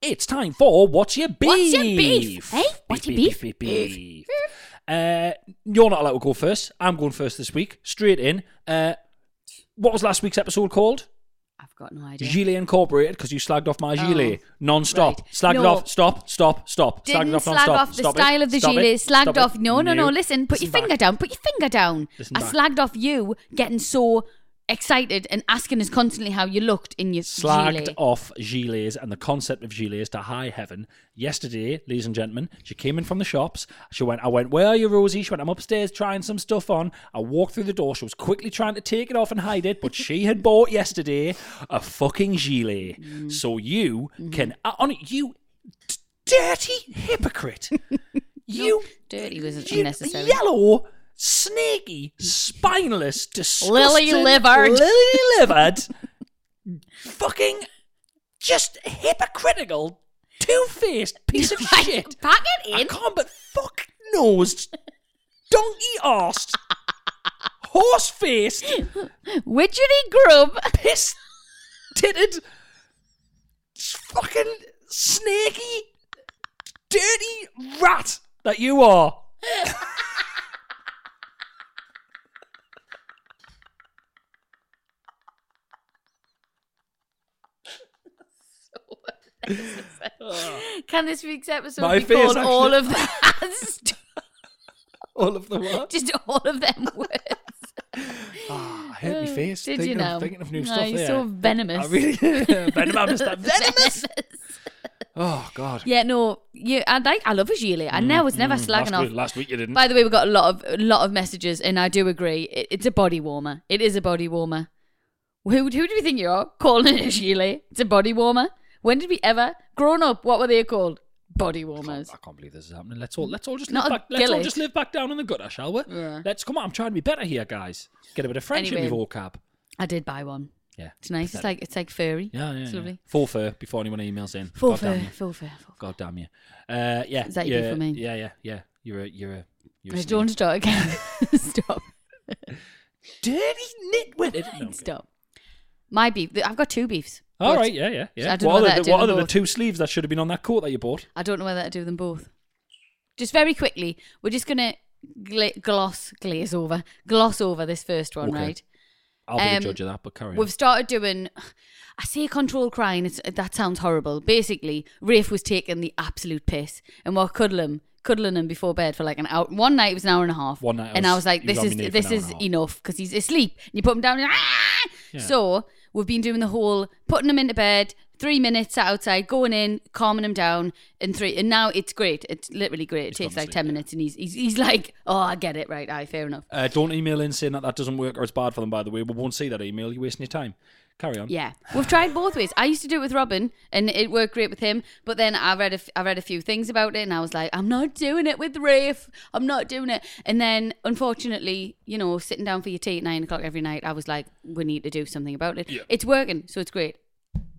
[SPEAKER 2] It's time for What's Your Beef?
[SPEAKER 1] What's Your Beef, eh? What's Your Beef?
[SPEAKER 2] beef, beef. Uh, you're not allowed to go first. I'm going first this week. Straight in. Uh, what was last week's episode called?
[SPEAKER 1] I've got no idea.
[SPEAKER 2] Gilet Incorporated, because you slagged off my gilet non-stop.
[SPEAKER 1] right.
[SPEAKER 2] Slagged
[SPEAKER 1] No.
[SPEAKER 2] off. Stop. Stop. Stop.
[SPEAKER 1] Didn't
[SPEAKER 2] slagged it off
[SPEAKER 1] slag
[SPEAKER 2] non-stop.
[SPEAKER 1] off the
[SPEAKER 2] Stop it.
[SPEAKER 1] style of the
[SPEAKER 2] Stop it.
[SPEAKER 1] gilet. Slagged
[SPEAKER 2] Stop it.
[SPEAKER 1] off. No, no, no. Listen, put your
[SPEAKER 2] back.
[SPEAKER 1] finger down. Put your finger down.
[SPEAKER 2] Listen
[SPEAKER 1] I
[SPEAKER 2] back.
[SPEAKER 1] slagged off you getting so excited and asking us constantly how you looked in your
[SPEAKER 2] slagged
[SPEAKER 1] gilet.
[SPEAKER 2] off gilets and the concept of gilets to high heaven. Yesterday, ladies and gentlemen, she came in from the shops. She went, I went, Where are you, Rosie? She went, I'm upstairs trying some stuff on. I walked through the door. She was quickly trying to take it off and hide it, but she had bought yesterday a fucking gilet. So you can, uh, on it, you d- dirty hypocrite. you
[SPEAKER 1] Dirty was
[SPEAKER 2] you
[SPEAKER 1] unnecessary.
[SPEAKER 2] Yellow, snaky, spineless, disgusting,
[SPEAKER 1] Lily-livered.
[SPEAKER 2] lily-livered, fucking, just hypocritical, two-faced piece
[SPEAKER 1] (laughs)
[SPEAKER 2] of
[SPEAKER 1] Right,
[SPEAKER 2] shit.
[SPEAKER 1] pack it
[SPEAKER 2] I
[SPEAKER 1] in.
[SPEAKER 2] can't but fuck nosed, donkey arsed, horse faced,
[SPEAKER 1] Widgery
[SPEAKER 2] (laughs)
[SPEAKER 1] grub.
[SPEAKER 2] piss titted, fucking snaky, dirty rat that you are.
[SPEAKER 1] Can this week's episode
[SPEAKER 2] My
[SPEAKER 1] be
[SPEAKER 2] face,
[SPEAKER 1] called
[SPEAKER 2] actually.
[SPEAKER 1] all of (laughs) that?
[SPEAKER 2] All of the what?
[SPEAKER 1] Just all of them words.
[SPEAKER 2] I hurt my face.
[SPEAKER 1] Uh, Did
[SPEAKER 2] thinking
[SPEAKER 1] you know?
[SPEAKER 2] Of, thinking of new
[SPEAKER 1] No,
[SPEAKER 2] stuff
[SPEAKER 1] you're
[SPEAKER 2] there.
[SPEAKER 1] so venomous.
[SPEAKER 2] I really (laughs) venom. I
[SPEAKER 1] (laughs)
[SPEAKER 2] missed that. Venomous. oh God.
[SPEAKER 1] Yeah, no, you. I like. I love a gilet.
[SPEAKER 2] Mm,
[SPEAKER 1] I know. I was never slagging
[SPEAKER 2] last
[SPEAKER 1] off.
[SPEAKER 2] Week, last week you didn't.
[SPEAKER 1] By the way, we got a lot of a lot of messages, and I do agree. It, it's a body warmer. It is a body warmer. Who who do you think you are calling (laughs) it a gilet? It's a body warmer. When did we ever grown up? What were they called? Body warmers.
[SPEAKER 2] I can't believe this is happening. Let's all let's all just
[SPEAKER 1] Not
[SPEAKER 2] live
[SPEAKER 1] a
[SPEAKER 2] back, let's all
[SPEAKER 1] gillet.
[SPEAKER 2] just live back down in the gutter, shall we?
[SPEAKER 1] Yeah.
[SPEAKER 2] Let's come on. I'm trying to be better here, guys. Get a bit of French in
[SPEAKER 1] Anyway.
[SPEAKER 2] my vocab.
[SPEAKER 1] I did buy one.
[SPEAKER 2] Yeah,
[SPEAKER 1] It's nice. It's like it's like furry.
[SPEAKER 2] yeah, yeah,
[SPEAKER 1] it's
[SPEAKER 2] yeah.
[SPEAKER 1] lovely.
[SPEAKER 2] Full fur before anyone emails in.
[SPEAKER 1] Full
[SPEAKER 2] God damn
[SPEAKER 1] fur,
[SPEAKER 2] you.
[SPEAKER 1] full fur, full fur.
[SPEAKER 2] God damn you. Uh, yeah.
[SPEAKER 1] Is that you
[SPEAKER 2] yeah,
[SPEAKER 1] do for me?
[SPEAKER 2] Yeah, yeah, yeah. You're a you're a you're a
[SPEAKER 1] I
[SPEAKER 2] snake.
[SPEAKER 1] don't want to start again. (laughs) Stop.
[SPEAKER 2] dirty nitwit. No, okay.
[SPEAKER 1] Stop. My beef. I've got two beefs.
[SPEAKER 2] All
[SPEAKER 1] But
[SPEAKER 2] right, yeah, yeah, yeah.
[SPEAKER 1] I don't
[SPEAKER 2] what other,
[SPEAKER 1] know that I
[SPEAKER 2] the,
[SPEAKER 1] do
[SPEAKER 2] what
[SPEAKER 1] them
[SPEAKER 2] other the
[SPEAKER 1] both.
[SPEAKER 2] two sleeves that should have been on that coat that you bought?
[SPEAKER 1] I don't know whether to do them both. Just very quickly, we're just gonna gla- gloss, glaze over, gloss over this first one,
[SPEAKER 2] Okay.
[SPEAKER 1] right?
[SPEAKER 2] I'll be
[SPEAKER 1] Um,
[SPEAKER 2] the judge of that, but carry on.
[SPEAKER 1] We've started doing. I say control crying. It's, that sounds horrible. Basically, Rafe was taking the absolute piss, and we're cuddling, cuddling him before bed for like an hour. One night it was an hour and a half.
[SPEAKER 2] One night I
[SPEAKER 1] and I
[SPEAKER 2] was-
[SPEAKER 1] was like,
[SPEAKER 2] you
[SPEAKER 1] "This
[SPEAKER 2] got
[SPEAKER 1] is
[SPEAKER 2] me near for
[SPEAKER 1] this
[SPEAKER 2] an hour
[SPEAKER 1] is
[SPEAKER 2] and a half.
[SPEAKER 1] enough" because he's asleep. And you put him down. And, "Ah!" So we've been doing the whole putting him into bed. Three minutes sat outside, going in, calming him down, and three. And now it's great. It's literally great. It takes like ten minutes, and he's, he's he's like, "Oh, I get it. Right, aye, fair enough."
[SPEAKER 2] Uh, don't email in saying that that doesn't work or it's bad for them. By the way, we won't see that email. You're wasting your time. Carry on.
[SPEAKER 1] Yeah, we've tried both ways. I used to do it with Robin, and it worked great with him. But then I read a f- I read a few things about it, and I was like, I'm not doing it with Rafe. I'm not doing it. And then, unfortunately, you know, sitting down for your tea at nine o'clock every night, I was like, we need to do something about it. It's working, so it's great.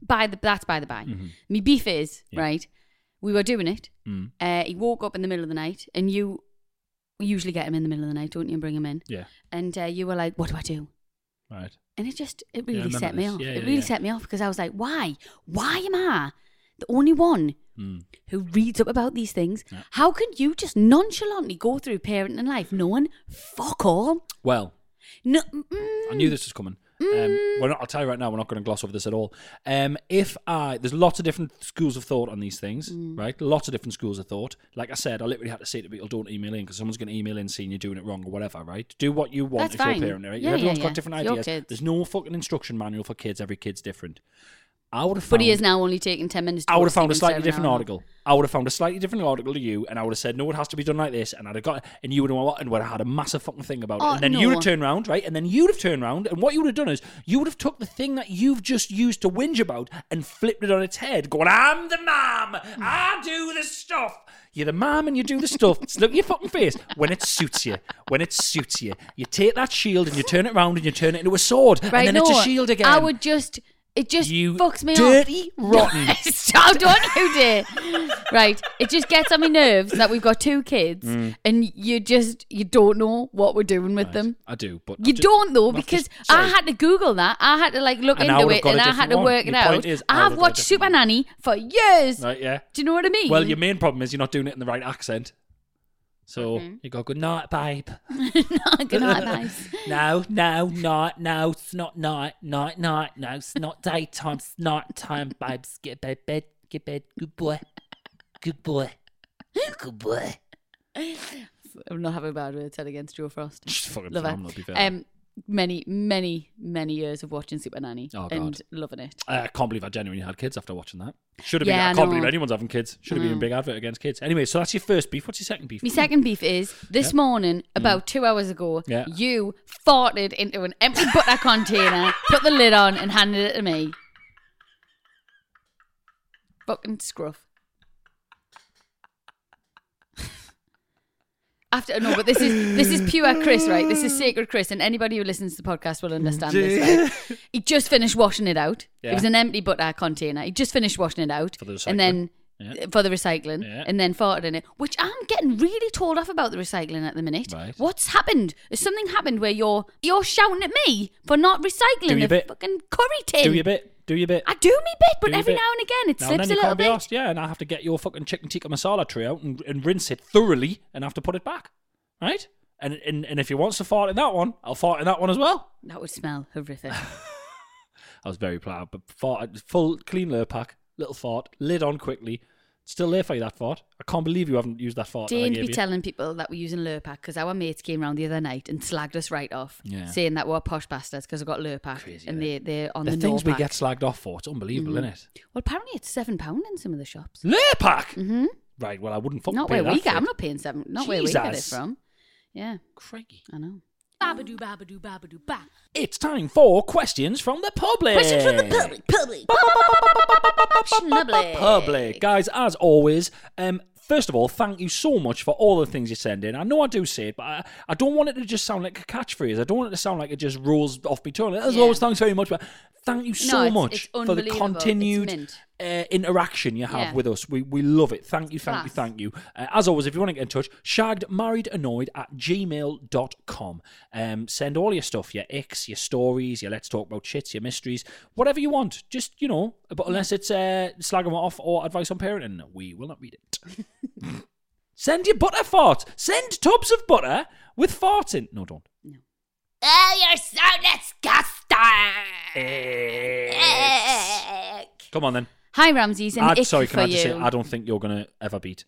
[SPEAKER 1] By the that's by the by. Me beef is right. We were doing it. Uh, he woke up in the middle of the night, and you usually get him in the middle of the night, don't you, and bring him in.
[SPEAKER 2] Yeah.
[SPEAKER 1] And uh, you were like, what do I do?
[SPEAKER 2] Right.
[SPEAKER 1] And it just, it
[SPEAKER 2] Yeah, I
[SPEAKER 1] really
[SPEAKER 2] remember
[SPEAKER 1] set me
[SPEAKER 2] this.
[SPEAKER 1] off.
[SPEAKER 2] Yeah,
[SPEAKER 1] it
[SPEAKER 2] yeah,
[SPEAKER 1] really
[SPEAKER 2] yeah.
[SPEAKER 1] set me off because I was like, why? Why am I the only one
[SPEAKER 2] Hmm.
[SPEAKER 1] who reads up about these things? How can you just nonchalantly go through parenting life knowing fuck all?
[SPEAKER 2] Well,
[SPEAKER 1] No, mm,
[SPEAKER 2] I knew this was coming. Um, we're not, I'll tell you right now, we're not going to gloss over this at all. Um, if I, there's lots of different schools of thought on these things,
[SPEAKER 1] Mm.
[SPEAKER 2] right? Lots of different schools of thought. Like I said, I literally had to say to people, don't email in because someone's going to email in saying you're doing it wrong or whatever, right? Do what you want
[SPEAKER 1] That's
[SPEAKER 2] if
[SPEAKER 1] fine.
[SPEAKER 2] you're a parent, right?
[SPEAKER 1] Yeah,
[SPEAKER 2] Everyone's
[SPEAKER 1] yeah,
[SPEAKER 2] got
[SPEAKER 1] yeah.
[SPEAKER 2] different
[SPEAKER 1] It's your
[SPEAKER 2] ideas.
[SPEAKER 1] kids.
[SPEAKER 2] There's no fucking instruction manual for kids. Every kid's different. I would have
[SPEAKER 1] but
[SPEAKER 2] found,
[SPEAKER 1] he is now only taking 10 minutes to
[SPEAKER 2] I
[SPEAKER 1] go
[SPEAKER 2] would
[SPEAKER 1] to
[SPEAKER 2] have found a
[SPEAKER 1] sleep
[SPEAKER 2] slightly
[SPEAKER 1] instead of an
[SPEAKER 2] different
[SPEAKER 1] hour.
[SPEAKER 2] article. I would have found a slightly different article to you, and I would have said, "No, it has to be done like this." And I'd have got, and you would have, and would have had a massive fucking thing about it.
[SPEAKER 1] Oh,
[SPEAKER 2] And then
[SPEAKER 1] no.
[SPEAKER 2] you'd have turned round, right? And then you'd have turned round, and what you would have done is you would have took the thing that you've just used to whinge about and flipped it on its head, going, "I'm the mom. I do the stuff." You're the mom and you do the stuff. (laughs) Just Look at your fucking face when it suits you. When it suits you, you take that shield and you turn it round and you turn it into a sword,
[SPEAKER 1] Right,
[SPEAKER 2] and then
[SPEAKER 1] no,
[SPEAKER 2] it's a shield again.
[SPEAKER 1] I would just, it just
[SPEAKER 2] You
[SPEAKER 1] fucks me (laughs)
[SPEAKER 2] dirty
[SPEAKER 1] off.
[SPEAKER 2] rotten.
[SPEAKER 1] Stop, don't you dare. right, it just gets on my nerves that we've got two kids
[SPEAKER 2] Mm.
[SPEAKER 1] and you just, you don't know what we're doing with them.
[SPEAKER 2] I do, but I
[SPEAKER 1] um, You
[SPEAKER 2] ju-
[SPEAKER 1] don't though,
[SPEAKER 2] I've
[SPEAKER 1] because
[SPEAKER 2] just-
[SPEAKER 1] I
[SPEAKER 2] sorry.
[SPEAKER 1] had to Google that. I had to like look
[SPEAKER 2] And I
[SPEAKER 1] into
[SPEAKER 2] would've
[SPEAKER 1] it,
[SPEAKER 2] got a
[SPEAKER 1] and I had
[SPEAKER 2] different
[SPEAKER 1] to
[SPEAKER 2] one.
[SPEAKER 1] work it
[SPEAKER 2] Your point
[SPEAKER 1] out.
[SPEAKER 2] is, I
[SPEAKER 1] I have
[SPEAKER 2] would've got a
[SPEAKER 1] watched
[SPEAKER 2] different
[SPEAKER 1] Super Nanny for years.
[SPEAKER 2] Right, yeah.
[SPEAKER 1] Do you know what I mean?
[SPEAKER 2] Well, your main problem is you're not doing it in the right accent. So you go, good night, babe.
[SPEAKER 1] Good
[SPEAKER 2] (laughs)
[SPEAKER 1] night, guys.
[SPEAKER 2] No, no, night, no, it's not night, night, night, no, it's not daytime, it's night time, babes. Get bed, bed, get bed, good boy, good boy, good boy.
[SPEAKER 1] I'm not having a bad word said against Joe Frost.
[SPEAKER 2] She's fucking
[SPEAKER 1] Love her.
[SPEAKER 2] phenomenal, to be fair.
[SPEAKER 1] Um, many, many, many years of watching Super Nanny
[SPEAKER 2] Oh, God.
[SPEAKER 1] and loving it.
[SPEAKER 2] Uh, I can't believe I genuinely had kids after watching that. Should have been.
[SPEAKER 1] Yeah,
[SPEAKER 2] I
[SPEAKER 1] I
[SPEAKER 2] can't
[SPEAKER 1] know. Mm.
[SPEAKER 2] believe anyone's having kids. Should have been a big advert against kids. Anyway, so that's your first beef. What's your second beef?
[SPEAKER 1] My second beef is this morning, about two hours ago,
[SPEAKER 2] Mm. Yeah.
[SPEAKER 1] you farted into an empty butter container, put the lid on, and handed it to me. Fucking scruff. After no, but this is this is pure Chris, right? This is sacred Chris, and anybody who listens to the podcast will understand this. Right? He just finished washing it out.
[SPEAKER 2] Yeah.
[SPEAKER 1] It was an empty butter container. He just finished washing it out,
[SPEAKER 2] For the recycling.
[SPEAKER 1] and then
[SPEAKER 2] Yeah.
[SPEAKER 1] for the recycling
[SPEAKER 2] Yeah.
[SPEAKER 1] and then farted in it, which I'm getting really told off about the recycling at the minute.
[SPEAKER 2] Right.
[SPEAKER 1] What's happened? Has something happened where you're you're shouting at me for not
[SPEAKER 2] Do
[SPEAKER 1] recycling
[SPEAKER 2] your
[SPEAKER 1] the
[SPEAKER 2] bit.
[SPEAKER 1] fucking curry tin?
[SPEAKER 2] do your bit. Do your bit.
[SPEAKER 1] I do me bit, but
[SPEAKER 2] Do your
[SPEAKER 1] every
[SPEAKER 2] bit.
[SPEAKER 1] now and again it
[SPEAKER 2] Now and
[SPEAKER 1] slips
[SPEAKER 2] then
[SPEAKER 1] a
[SPEAKER 2] you
[SPEAKER 1] little
[SPEAKER 2] can't be
[SPEAKER 1] bit.
[SPEAKER 2] arsed, yeah, and I have to get your fucking chicken tikka masala tray out and, and rinse it thoroughly and have to put it back, right? And, and and if you want to fart in that one, I'll fart in that one as well.
[SPEAKER 1] That would smell
[SPEAKER 2] (laughs)
[SPEAKER 1] horrific.
[SPEAKER 2] I was very proud, but fart full clean lure pack, little fart, lid on quickly. Still there for you that fart. I can't believe you haven't used that fart. that I
[SPEAKER 1] Dane
[SPEAKER 2] gave
[SPEAKER 1] be
[SPEAKER 2] you.
[SPEAKER 1] telling people that we're using Lurpak because our mates came round the other night and slagged us right off,
[SPEAKER 2] Yeah.
[SPEAKER 1] saying that we're posh bastards because we've got Lurpak
[SPEAKER 2] Crazy,
[SPEAKER 1] and
[SPEAKER 2] isn't
[SPEAKER 1] they, they're on
[SPEAKER 2] the
[SPEAKER 1] the, Mm.
[SPEAKER 2] things we
[SPEAKER 1] Norpak.
[SPEAKER 2] get slagged off for. It's unbelievable, isn't
[SPEAKER 1] Well, apparently it's seven pound in some of the shops.
[SPEAKER 2] it? Lure pack. Mm-hmm. Right. Well, I wouldn't fucking
[SPEAKER 1] Not
[SPEAKER 2] pay
[SPEAKER 1] where
[SPEAKER 2] that
[SPEAKER 1] we
[SPEAKER 2] for
[SPEAKER 1] get. I'm
[SPEAKER 2] it.
[SPEAKER 1] not paying seven. Not where we get it
[SPEAKER 2] Jesus.
[SPEAKER 1] from. Yeah,
[SPEAKER 2] Crikey.
[SPEAKER 1] I know.
[SPEAKER 2] It's time for questions from the public.
[SPEAKER 1] Questions from the
[SPEAKER 2] Eh.
[SPEAKER 1] public. Public. Public.
[SPEAKER 2] public. Guys, as always, um, first of all, thank you so much for all the things you send in. I know I do say it, but I, I don't want it to just sound like a catchphrase. I don't want it to sound like it just rolls off me tongue. As
[SPEAKER 1] Yeah.
[SPEAKER 2] always, thanks very much. But thank you so
[SPEAKER 1] it's-
[SPEAKER 2] much
[SPEAKER 1] it's
[SPEAKER 2] for the
[SPEAKER 1] unbelievable. It's
[SPEAKER 2] continued
[SPEAKER 1] mint.
[SPEAKER 2] uh, interaction you have
[SPEAKER 1] Yeah.
[SPEAKER 2] with us. We, we love it. Thank you, thank you,
[SPEAKER 1] class.
[SPEAKER 2] thank you. Uh, as always, if you want to get in touch, shaggedmarriedannoyed at gmail.com. Um, send all your stuff, your icks, your stories, your let's talk about shits, your mysteries, whatever you want. Just, you know, but unless it's uh, slagging off or advice on parenting, we will not read it. (laughs) Send your butter farts. Send tubs of butter with farting. No, don't.
[SPEAKER 1] Oh, you're so disgusting.
[SPEAKER 2] Come on then.
[SPEAKER 1] Hi, Ramses, and
[SPEAKER 2] I,
[SPEAKER 1] ick
[SPEAKER 2] sorry,
[SPEAKER 1] for
[SPEAKER 2] can I just
[SPEAKER 1] you.
[SPEAKER 2] say I don't think you're gonna ever beat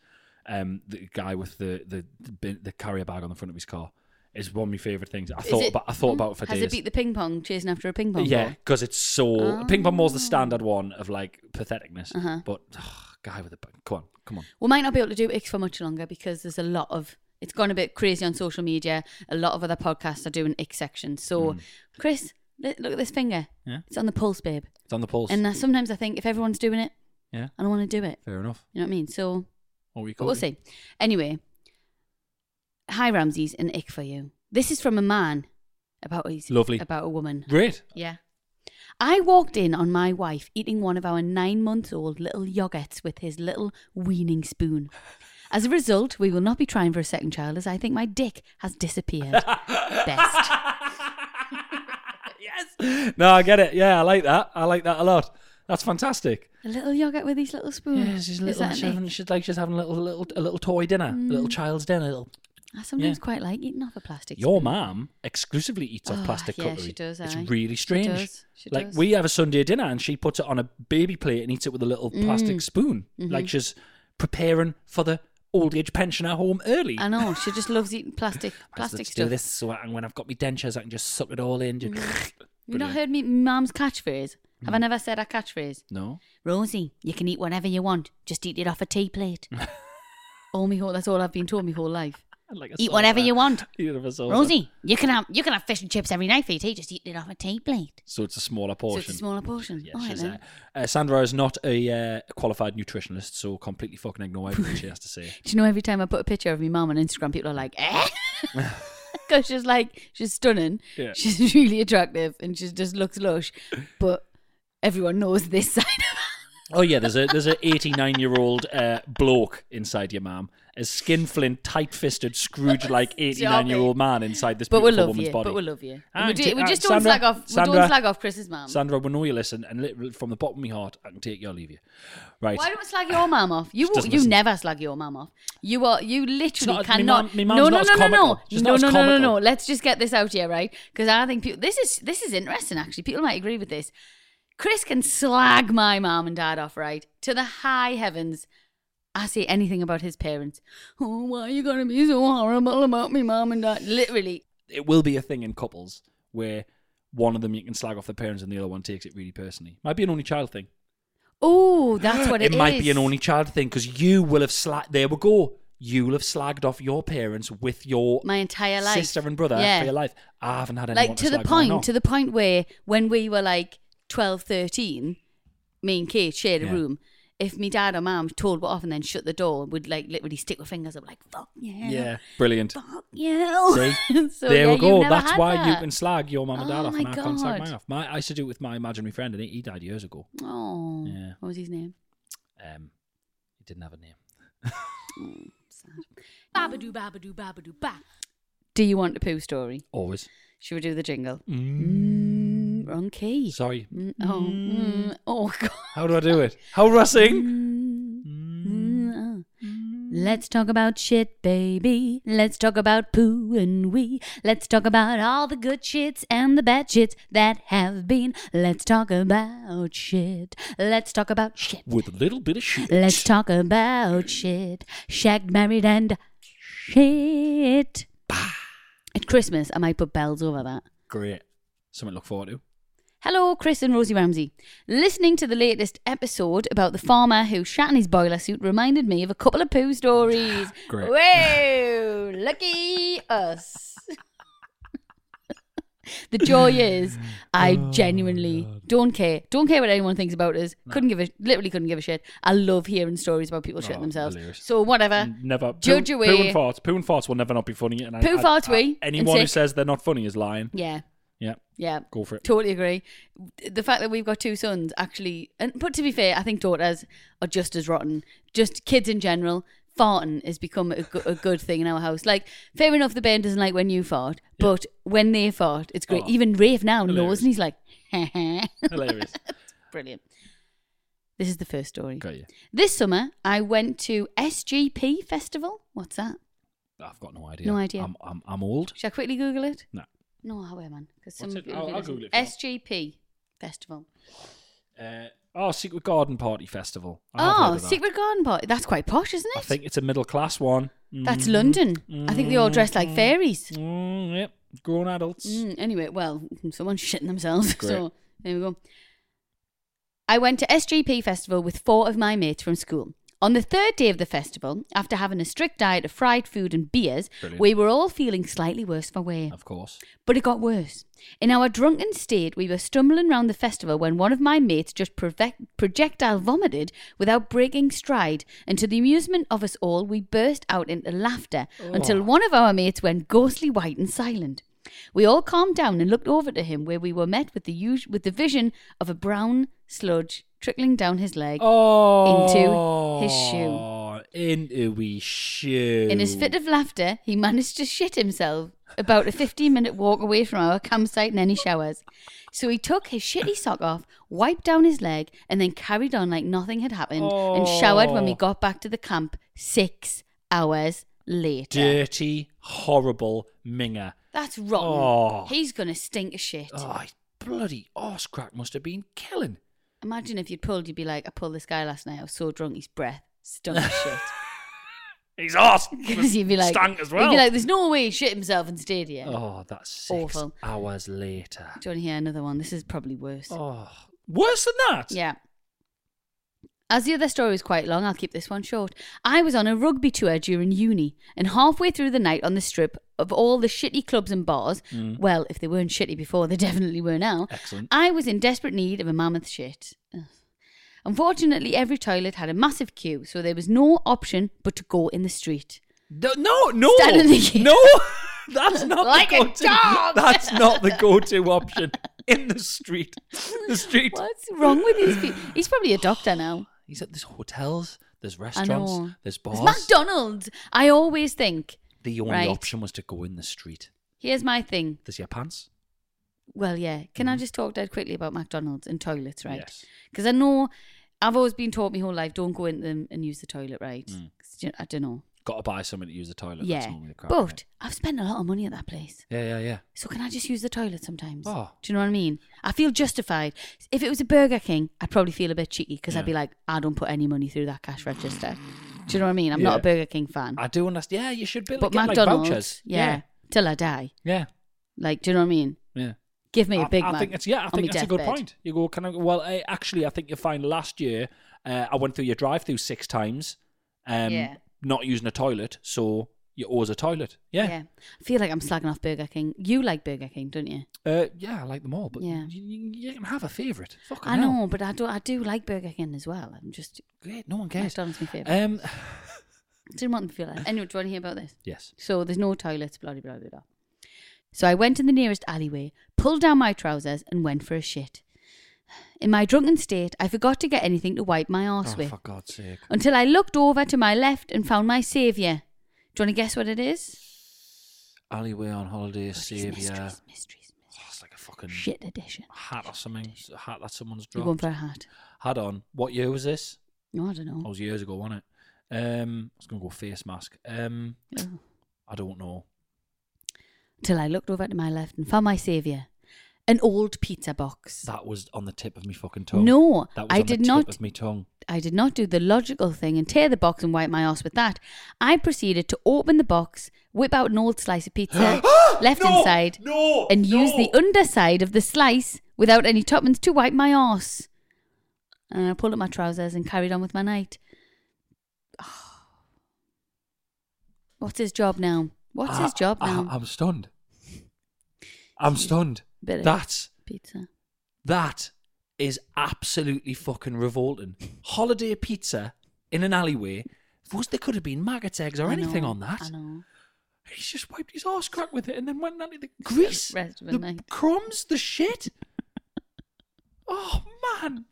[SPEAKER 2] um, the guy with the the the, bin- the carrier bag on the front of his car. Is one of my favorite things. I
[SPEAKER 1] Is
[SPEAKER 2] thought
[SPEAKER 1] it- mm?
[SPEAKER 2] about I thought about it for
[SPEAKER 1] Has
[SPEAKER 2] days.
[SPEAKER 1] it beat the ping pong, chasing after a ping pong?
[SPEAKER 2] yeah,
[SPEAKER 1] ball? Oh.
[SPEAKER 2] because it's so ping pong ball's the standard one of like patheticness.
[SPEAKER 1] Uh-huh.
[SPEAKER 2] But ugh, guy with the bag. come on, come on.
[SPEAKER 1] We might not be able to do X for much longer because there's a lot of it's gone a bit crazy on social media. A lot of other podcasts are doing X sections. So, Chris, li- look at this finger.
[SPEAKER 2] Hmm. Yeah.
[SPEAKER 1] It's on the pulse, babe.
[SPEAKER 2] It's on the pulse.
[SPEAKER 1] And uh, sometimes I think if everyone's doing it,
[SPEAKER 2] yeah,
[SPEAKER 1] I don't want to do it.
[SPEAKER 2] fair enough.
[SPEAKER 1] You know what I mean? So,
[SPEAKER 2] What were you
[SPEAKER 1] but we'll
[SPEAKER 2] calling
[SPEAKER 1] see. Anyway, hi Ramses, an ick for you. This is from a man about his,
[SPEAKER 2] Lovely.
[SPEAKER 1] about a woman.
[SPEAKER 2] it? Great.
[SPEAKER 1] Yeah. I walked in on my wife eating one of our nine month old little yogurts with his little weaning spoon. As a result, we will not be trying for a second child as I think my dick has
[SPEAKER 2] (laughs)
[SPEAKER 1] disappeared. Best.
[SPEAKER 2] yes. No, I get it. Yeah, I like that. I like that a lot. That's fantastic.
[SPEAKER 1] A little yogurt with these little spoons.
[SPEAKER 2] Yeah, she's
[SPEAKER 1] Is
[SPEAKER 2] little.
[SPEAKER 1] that
[SPEAKER 2] She's
[SPEAKER 1] an Mm.
[SPEAKER 2] having,
[SPEAKER 1] ick?
[SPEAKER 2] she's like she's having a little, little, a little toy dinner, a little child's dinner. a Little.
[SPEAKER 1] I sometimes
[SPEAKER 2] yeah.
[SPEAKER 1] quite like eating off a plastic
[SPEAKER 2] Your
[SPEAKER 1] spoon.
[SPEAKER 2] mum exclusively eats off
[SPEAKER 1] Oh,
[SPEAKER 2] plastic
[SPEAKER 1] yeah,
[SPEAKER 2] cutlery.
[SPEAKER 1] she does,
[SPEAKER 2] It's
[SPEAKER 1] aye.
[SPEAKER 2] really
[SPEAKER 1] She
[SPEAKER 2] strange.
[SPEAKER 1] does, she
[SPEAKER 2] like
[SPEAKER 1] does.
[SPEAKER 2] we have a Sunday dinner, and she puts it on a baby plate and eats it with a little
[SPEAKER 1] Mm.
[SPEAKER 2] plastic spoon,
[SPEAKER 1] Mm-hmm.
[SPEAKER 2] like she's preparing for the old age pensioner home early.
[SPEAKER 1] I know, she just loves eating
[SPEAKER 2] Might
[SPEAKER 1] plastic
[SPEAKER 2] as well
[SPEAKER 1] plastic
[SPEAKER 2] just Do
[SPEAKER 1] stuff. Mm-hmm.
[SPEAKER 2] this, so I- and when I've got my dentures, I can just suck it all in. Just
[SPEAKER 1] You not
[SPEAKER 2] Brilliant. Mm.
[SPEAKER 1] heard me mum's catchphrase? Have I never said our catchphrase?
[SPEAKER 2] (laughs) No.
[SPEAKER 1] Rosie, you can eat whatever you want. Just eat it off a tea plate. all me whole that's all I've been told my whole life.
[SPEAKER 2] Like a
[SPEAKER 1] Eat whatever
[SPEAKER 2] salsa.
[SPEAKER 1] you want.
[SPEAKER 2] (laughs) Eat it with a salsa.
[SPEAKER 1] Rosie, you can have you can have fish and chips every night for your tea. Just eat it off a tea plate.
[SPEAKER 2] So it's a smaller portion.
[SPEAKER 1] So it's a Oh, smaller portion.
[SPEAKER 2] Yeah,
[SPEAKER 1] All right
[SPEAKER 2] she's,
[SPEAKER 1] then.
[SPEAKER 2] uh, uh, Sandra is not a uh, qualified nutritionist, so completely fucking ignore everything she has to say.
[SPEAKER 1] Do you know every time I put a picture of my mum on Instagram, people are like,
[SPEAKER 2] (laughs)
[SPEAKER 1] eh? (laughs) Because she's like, she's stunning.
[SPEAKER 2] Yeah.
[SPEAKER 1] She's (laughs) really attractive and she just looks lush. But everyone knows this (laughs) side
[SPEAKER 2] Oh yeah, there's a there's an 89 year old uh, bloke inside your mum, a skin flint, tight fisted, Scrooge
[SPEAKER 1] (laughs)
[SPEAKER 2] like 89 year old man inside this
[SPEAKER 1] But we'll
[SPEAKER 2] beautiful
[SPEAKER 1] love
[SPEAKER 2] woman's
[SPEAKER 1] you.
[SPEAKER 2] body.
[SPEAKER 1] But we'll love you.
[SPEAKER 2] Ah,
[SPEAKER 1] we, do,
[SPEAKER 2] t-
[SPEAKER 1] we
[SPEAKER 2] ah,
[SPEAKER 1] just don't
[SPEAKER 2] Sandra,
[SPEAKER 1] slag off.
[SPEAKER 2] Sandra,
[SPEAKER 1] we don't slag off Chris's mum.
[SPEAKER 2] Sandra, we know you listen, and literally from the bottom of my heart, I can take you or leave you. Right.
[SPEAKER 1] Why don't we slag your mum off? You
[SPEAKER 2] She doesn't
[SPEAKER 1] you
[SPEAKER 2] listen.
[SPEAKER 1] never slag your mum off. You are you literally
[SPEAKER 2] not- me
[SPEAKER 1] cannot.
[SPEAKER 2] mum- me
[SPEAKER 1] no,
[SPEAKER 2] mum's not
[SPEAKER 1] no, no,
[SPEAKER 2] as
[SPEAKER 1] no, no,
[SPEAKER 2] comical. She's
[SPEAKER 1] no,
[SPEAKER 2] not
[SPEAKER 1] no,
[SPEAKER 2] as
[SPEAKER 1] no, no, no.
[SPEAKER 2] comical.
[SPEAKER 1] Let's just get this out here, right? Because I think people, this is this is interesting. Actually, people might agree with this. Chris can slag my mum and dad off, right, to the high heavens. I say anything about his parents. Oh, why are you gonna be so horrible about me, mum and dad? Literally,
[SPEAKER 2] it will be a thing in couples where one of them you can slag off the parents and the other one takes it really personally. Might be an only child thing. (gasps)
[SPEAKER 1] oh, that's what it is.
[SPEAKER 2] might be an only child thing because you will have slagged. There we go. You will have slagged off your parents with your
[SPEAKER 1] my entire life,
[SPEAKER 2] sister and brother
[SPEAKER 1] Yeah.
[SPEAKER 2] for your life. I haven't had anyone
[SPEAKER 1] like to the
[SPEAKER 2] slag mine
[SPEAKER 1] point
[SPEAKER 2] off.
[SPEAKER 1] to the point where when we were like 12 13 me and kate shared a
[SPEAKER 2] Yeah.
[SPEAKER 1] room if me dad or mum told what off and then shut the door would like literally stick their fingers up like fuck yeah
[SPEAKER 2] yeah, (laughs) brilliant.
[SPEAKER 1] fuck yeah
[SPEAKER 2] See,
[SPEAKER 1] (laughs) So,
[SPEAKER 2] there
[SPEAKER 1] yeah,
[SPEAKER 2] we
[SPEAKER 1] you've
[SPEAKER 2] go.
[SPEAKER 1] never
[SPEAKER 2] That's
[SPEAKER 1] had
[SPEAKER 2] why you
[SPEAKER 1] that.
[SPEAKER 2] can slag your mum and dad
[SPEAKER 1] Oh
[SPEAKER 2] off, and
[SPEAKER 1] my
[SPEAKER 2] I can't slag
[SPEAKER 1] God.
[SPEAKER 2] mine off. My, I used to do it with my imaginary friend, and he, he died years ago.
[SPEAKER 1] oh
[SPEAKER 2] Yeah.
[SPEAKER 1] what was his name
[SPEAKER 2] Um, he didn't have a name.
[SPEAKER 1] babadoo babadoo babadoo ba do you want a poo story
[SPEAKER 2] Always.
[SPEAKER 1] should we do the jingle
[SPEAKER 2] Mm.
[SPEAKER 1] Mm, wrong key
[SPEAKER 2] Sorry.
[SPEAKER 1] Mm, oh mm, oh (laughs) god
[SPEAKER 2] How do I do it? How do I sing?
[SPEAKER 1] Mm, uh. Let's talk about shit, baby. Let's talk about poo and wee. Let's talk about all the good shits and the bad shits that have been. Let's talk about shit. Let's talk about shit.
[SPEAKER 2] With a little bit of shit.
[SPEAKER 1] Let's talk about shit. Shagged, married, and shit. At Christmas, I might put bells over that.
[SPEAKER 2] Great. Something to look forward to.
[SPEAKER 1] Hello, Chris and Rosie Ramsey. Listening to the latest episode about the farmer who shat in his boiler suit reminded me of a couple of poo
[SPEAKER 2] (laughs)
[SPEAKER 1] stories.
[SPEAKER 2] Great.
[SPEAKER 1] Whoa, lucky us. the
[SPEAKER 2] (sighs)
[SPEAKER 1] joy is, I
[SPEAKER 2] Oh,
[SPEAKER 1] genuinely don't care. Don't care what anyone thinks about us. Couldn't give a literally couldn't give a shit. I love hearing stories about people shitting
[SPEAKER 2] Oh,
[SPEAKER 1] themselves.
[SPEAKER 2] hilarious. Mm.
[SPEAKER 1] So whatever.
[SPEAKER 2] Never.
[SPEAKER 1] Judge
[SPEAKER 2] poo,
[SPEAKER 1] your
[SPEAKER 2] poo
[SPEAKER 1] way.
[SPEAKER 2] and farts. Poo and farts will never not be funny. And I-
[SPEAKER 1] Poo,
[SPEAKER 2] I-
[SPEAKER 1] farts,
[SPEAKER 2] I-
[SPEAKER 1] we,
[SPEAKER 2] Anyone
[SPEAKER 1] and
[SPEAKER 2] who
[SPEAKER 1] sick.
[SPEAKER 2] says they're not funny is lying.
[SPEAKER 1] Yeah.
[SPEAKER 2] Yeah.
[SPEAKER 1] Yeah.
[SPEAKER 2] Go for it.
[SPEAKER 1] (laughs) Totally agree. The fact that we've got two sons actually, and but to be fair, I think daughters are just as rotten. Just kids in general, farting has become a, go- a good thing in our house. Like, fair enough, the band doesn't like when you fart, but when they fart, it's great.
[SPEAKER 2] Oh.
[SPEAKER 1] Even Rafe now
[SPEAKER 2] Hilarious.
[SPEAKER 1] knows, and he's like, (laughs) "Heh-heh."
[SPEAKER 2] Hilarious.
[SPEAKER 1] brilliant. This is the first story.
[SPEAKER 2] Got you.
[SPEAKER 1] This summer, I went to SGP Festival. What's that?
[SPEAKER 2] I've got no idea.
[SPEAKER 1] No idea.
[SPEAKER 2] I'm, I'm, I'm old.
[SPEAKER 1] Should I quickly Google it?
[SPEAKER 2] No.
[SPEAKER 1] No, I will, man. Because some
[SPEAKER 2] What's it?
[SPEAKER 1] people
[SPEAKER 2] I'll-
[SPEAKER 1] do
[SPEAKER 2] I'll
[SPEAKER 1] listen.
[SPEAKER 2] Google it for you.
[SPEAKER 1] SGP Festival.
[SPEAKER 2] Uh, Oh, Secret Garden Party Festival. I have heard
[SPEAKER 1] Oh,
[SPEAKER 2] of that.
[SPEAKER 1] Secret Garden Party. That's quite posh, isn't it?
[SPEAKER 2] I think it's a middle class one.
[SPEAKER 1] That's
[SPEAKER 2] Mm,
[SPEAKER 1] London. I think they all dress like fairies.
[SPEAKER 2] Mm, yep, grown adults.
[SPEAKER 1] Mm, anyway, well, (laughs) someone's shitting themselves. (laughs)
[SPEAKER 2] Great.
[SPEAKER 1] So there we go. I went to SGP Festival with four of my mates from school. On the third day of the festival, after having a strict diet of fried food and beers,
[SPEAKER 2] Brilliant.
[SPEAKER 1] we were all feeling slightly worse for wear.
[SPEAKER 2] Of course.
[SPEAKER 1] But it got worse. In our drunken state, we were stumbling round the festival when one of my mates just prove- projectile vomited without breaking stride, and to the amusement of us all, we burst out into laughter until one of our mates went ghostly white and silent. We all calmed down and looked over to him, where we were met with the us- with the vision of a brown sludge trickling down his leg.
[SPEAKER 2] Oh,
[SPEAKER 1] his shoe.
[SPEAKER 2] Into his shoe.
[SPEAKER 1] In his fit of laughter, he managed to shit himself about a 15 minute walk away from our campsite and any showers. So he took his shitty sock off, wiped down his leg, and then carried on like nothing had happened and showered when we
[SPEAKER 2] Oh.
[SPEAKER 1] got back to the camp six hours later.
[SPEAKER 2] dirty, horrible minger.
[SPEAKER 1] That's rotten.
[SPEAKER 2] Oh.
[SPEAKER 1] He's going to stink of shit.
[SPEAKER 2] Oh, his bloody arse crack must have been killing.
[SPEAKER 1] Imagine if you'd pulled, you'd be like, I pulled this guy last night. I was so drunk, his breath stunk of
[SPEAKER 2] (laughs)
[SPEAKER 1] shit. (laughs)
[SPEAKER 2] His arse
[SPEAKER 1] Because (laughs) you'd be like,
[SPEAKER 2] stank as
[SPEAKER 1] You'd
[SPEAKER 2] well.
[SPEAKER 1] be like, there's no way he shit himself and stayed here.
[SPEAKER 2] Oh, that's six
[SPEAKER 1] Awful.
[SPEAKER 2] hours later.
[SPEAKER 1] Do you want to hear another one? This is probably worse.
[SPEAKER 2] Oh, worse than that.
[SPEAKER 1] Yeah. As the other story was quite long, I'll keep this one short. I was on a rugby tour during uni, and halfway through the night on the strip of all the shitty clubs and bars, well, if they weren't shitty before, they (laughs) definitely were now.
[SPEAKER 2] Excellent.
[SPEAKER 1] I was in desperate need of a mammoth shit. Ugh. Unfortunately, every toilet had a massive queue, so there was no option but to go in the street.
[SPEAKER 2] No, no, no,
[SPEAKER 1] Stand in the queue.
[SPEAKER 2] no. (laughs) That's not
[SPEAKER 1] Like
[SPEAKER 2] the
[SPEAKER 1] a
[SPEAKER 2] go-to.
[SPEAKER 1] dog. (laughs)
[SPEAKER 2] That's not the go-to option in the street. The street.
[SPEAKER 1] What's wrong with these people? He's probably a doctor now.
[SPEAKER 2] He's at there's hotels, there's
[SPEAKER 1] I
[SPEAKER 2] restaurants,
[SPEAKER 1] know.
[SPEAKER 2] there's bars.
[SPEAKER 1] It's McDonald's. I always think.
[SPEAKER 2] the only
[SPEAKER 1] Right.
[SPEAKER 2] option was to go in the street.
[SPEAKER 1] Here's my thing.
[SPEAKER 2] There's your pants.
[SPEAKER 1] Well, yeah. Can I just talk dead quickly about McDonald's and toilets, right?
[SPEAKER 2] Mm-hmm. Yes.
[SPEAKER 1] Because I know I've always been taught my whole life don't go in them and use the toilet, right? 'Cause, you know, I don't know.
[SPEAKER 2] Got to buy something to use the toilet. Mm. That's
[SPEAKER 1] yeah,
[SPEAKER 2] normally the crap,
[SPEAKER 1] but
[SPEAKER 2] right?
[SPEAKER 1] I've spent a lot of money at that place,
[SPEAKER 2] yeah, yeah, yeah.
[SPEAKER 1] so can I just use the toilet sometimes?
[SPEAKER 2] Oh.
[SPEAKER 1] Do you know what I mean? I feel justified. If it was a Burger King, I'd probably feel a bit cheeky because
[SPEAKER 2] Yeah.
[SPEAKER 1] I'd be like, I don't put any money through that cash register. Do you know what I mean? I'm not
[SPEAKER 2] Yeah.
[SPEAKER 1] a Burger King fan,
[SPEAKER 2] I do understand. Yeah, you should be.
[SPEAKER 1] but
[SPEAKER 2] get,
[SPEAKER 1] McDonald's,
[SPEAKER 2] like vouchers.
[SPEAKER 1] yeah, till I die.
[SPEAKER 2] yeah,
[SPEAKER 1] Like, do you know what I mean?
[SPEAKER 2] yeah. yeah.
[SPEAKER 1] Give me a
[SPEAKER 2] I-
[SPEAKER 1] big
[SPEAKER 2] I,
[SPEAKER 1] Mac
[SPEAKER 2] think it's yeah. I
[SPEAKER 1] on
[SPEAKER 2] think
[SPEAKER 1] my
[SPEAKER 2] that's a good
[SPEAKER 1] deathbed.
[SPEAKER 2] point. You go, can I? Well, I, actually, I think you'll find last year uh, I went through your drive-through six times, um,
[SPEAKER 1] Yeah.
[SPEAKER 2] not using a toilet, so you always a toilet. Yeah,
[SPEAKER 1] I feel like I'm slagging off Burger King. You like Burger King, don't you?
[SPEAKER 2] yeah, uh, yeah I like them all, but
[SPEAKER 1] Yeah.
[SPEAKER 2] you, you, you can have a favourite. Fucking
[SPEAKER 1] I
[SPEAKER 2] hell.
[SPEAKER 1] know, but I do. I do like Burger King as well. I'm just
[SPEAKER 2] Great, no one cares.
[SPEAKER 1] McDonald's my favourite.
[SPEAKER 2] Um,
[SPEAKER 1] didn't want them to feel like. Anyway, do you want to hear about this?
[SPEAKER 2] yes.
[SPEAKER 1] So there's no toilets. Blah blah blah blah. blah. So I went in the nearest alleyway, pulled down my trousers, and went for a shit. In my drunken state, I forgot to get anything to wipe my arse
[SPEAKER 2] Oh,
[SPEAKER 1] with
[SPEAKER 2] for God's sake.
[SPEAKER 1] until I looked over to my left and found my saviour. Do you want to guess what it is?
[SPEAKER 2] Alleyway on holiday,
[SPEAKER 1] Mysteries,
[SPEAKER 2] savior.
[SPEAKER 1] mysteries, mysteries,
[SPEAKER 2] Oh, it's like a fucking
[SPEAKER 1] Shit edition.
[SPEAKER 2] hat or something. It's a hat that someone's
[SPEAKER 1] You're going
[SPEAKER 2] dropped.
[SPEAKER 1] for a Oh. hat?
[SPEAKER 2] Hat on. What year was this?
[SPEAKER 1] No, I don't know.
[SPEAKER 2] That was years ago, wasn't it? Um, I was gonna go face mask. Um,
[SPEAKER 1] Oh.
[SPEAKER 2] I don't know.
[SPEAKER 1] till I looked over to my left and found my saviour an old pizza box.
[SPEAKER 2] That was on the tip of my fucking tongue.
[SPEAKER 1] No,
[SPEAKER 2] that was
[SPEAKER 1] I
[SPEAKER 2] on
[SPEAKER 1] did
[SPEAKER 2] the
[SPEAKER 1] not.
[SPEAKER 2] Tip of my tongue.
[SPEAKER 1] I did not do the logical thing and tear the box and wipe my ass with that. I proceeded to open the box, whip out an old slice
[SPEAKER 2] (gasps)
[SPEAKER 1] of pizza left inside, and use the underside of the slice without any toppings to wipe my ass. And I pulled up my trousers and carried on with my night. (sighs) What's his job now? What's his
[SPEAKER 2] I-
[SPEAKER 1] job
[SPEAKER 2] I,
[SPEAKER 1] now?
[SPEAKER 2] am
[SPEAKER 1] (laughs)
[SPEAKER 2] stunned. I'm stunned.
[SPEAKER 1] Bit of
[SPEAKER 2] That's
[SPEAKER 1] pizza.
[SPEAKER 2] that is absolutely fucking revolting. Holiday pizza in an alleyway. Was there could have been maggots eggs or
[SPEAKER 1] I
[SPEAKER 2] anything
[SPEAKER 1] know,
[SPEAKER 2] on that?
[SPEAKER 1] I know.
[SPEAKER 2] He's just wiped his arse crack with it and then went down to the grease,
[SPEAKER 1] rest of the
[SPEAKER 2] the
[SPEAKER 1] night.
[SPEAKER 2] crumbs, the
[SPEAKER 1] (laughs)
[SPEAKER 2] shit. oh man,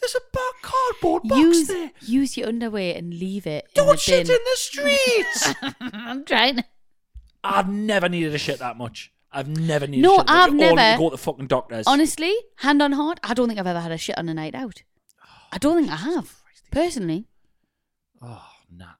[SPEAKER 2] there's a bar- cardboard box
[SPEAKER 1] use,
[SPEAKER 2] there.
[SPEAKER 1] use your underwear and leave it. in
[SPEAKER 2] Don't
[SPEAKER 1] the
[SPEAKER 2] shit
[SPEAKER 1] bin.
[SPEAKER 2] in the streets.
[SPEAKER 1] (laughs) I'm trying. to-
[SPEAKER 2] (laughs) I've never needed a shit that much. I've never needed.
[SPEAKER 1] No,
[SPEAKER 2] a shit that
[SPEAKER 1] I've
[SPEAKER 2] much. You all need
[SPEAKER 1] never.
[SPEAKER 2] to go to the fucking doctors.
[SPEAKER 1] Honestly, hand on heart, I don't think I've ever had a shit on a night out. I don't think I have, personally.
[SPEAKER 2] Oh nah,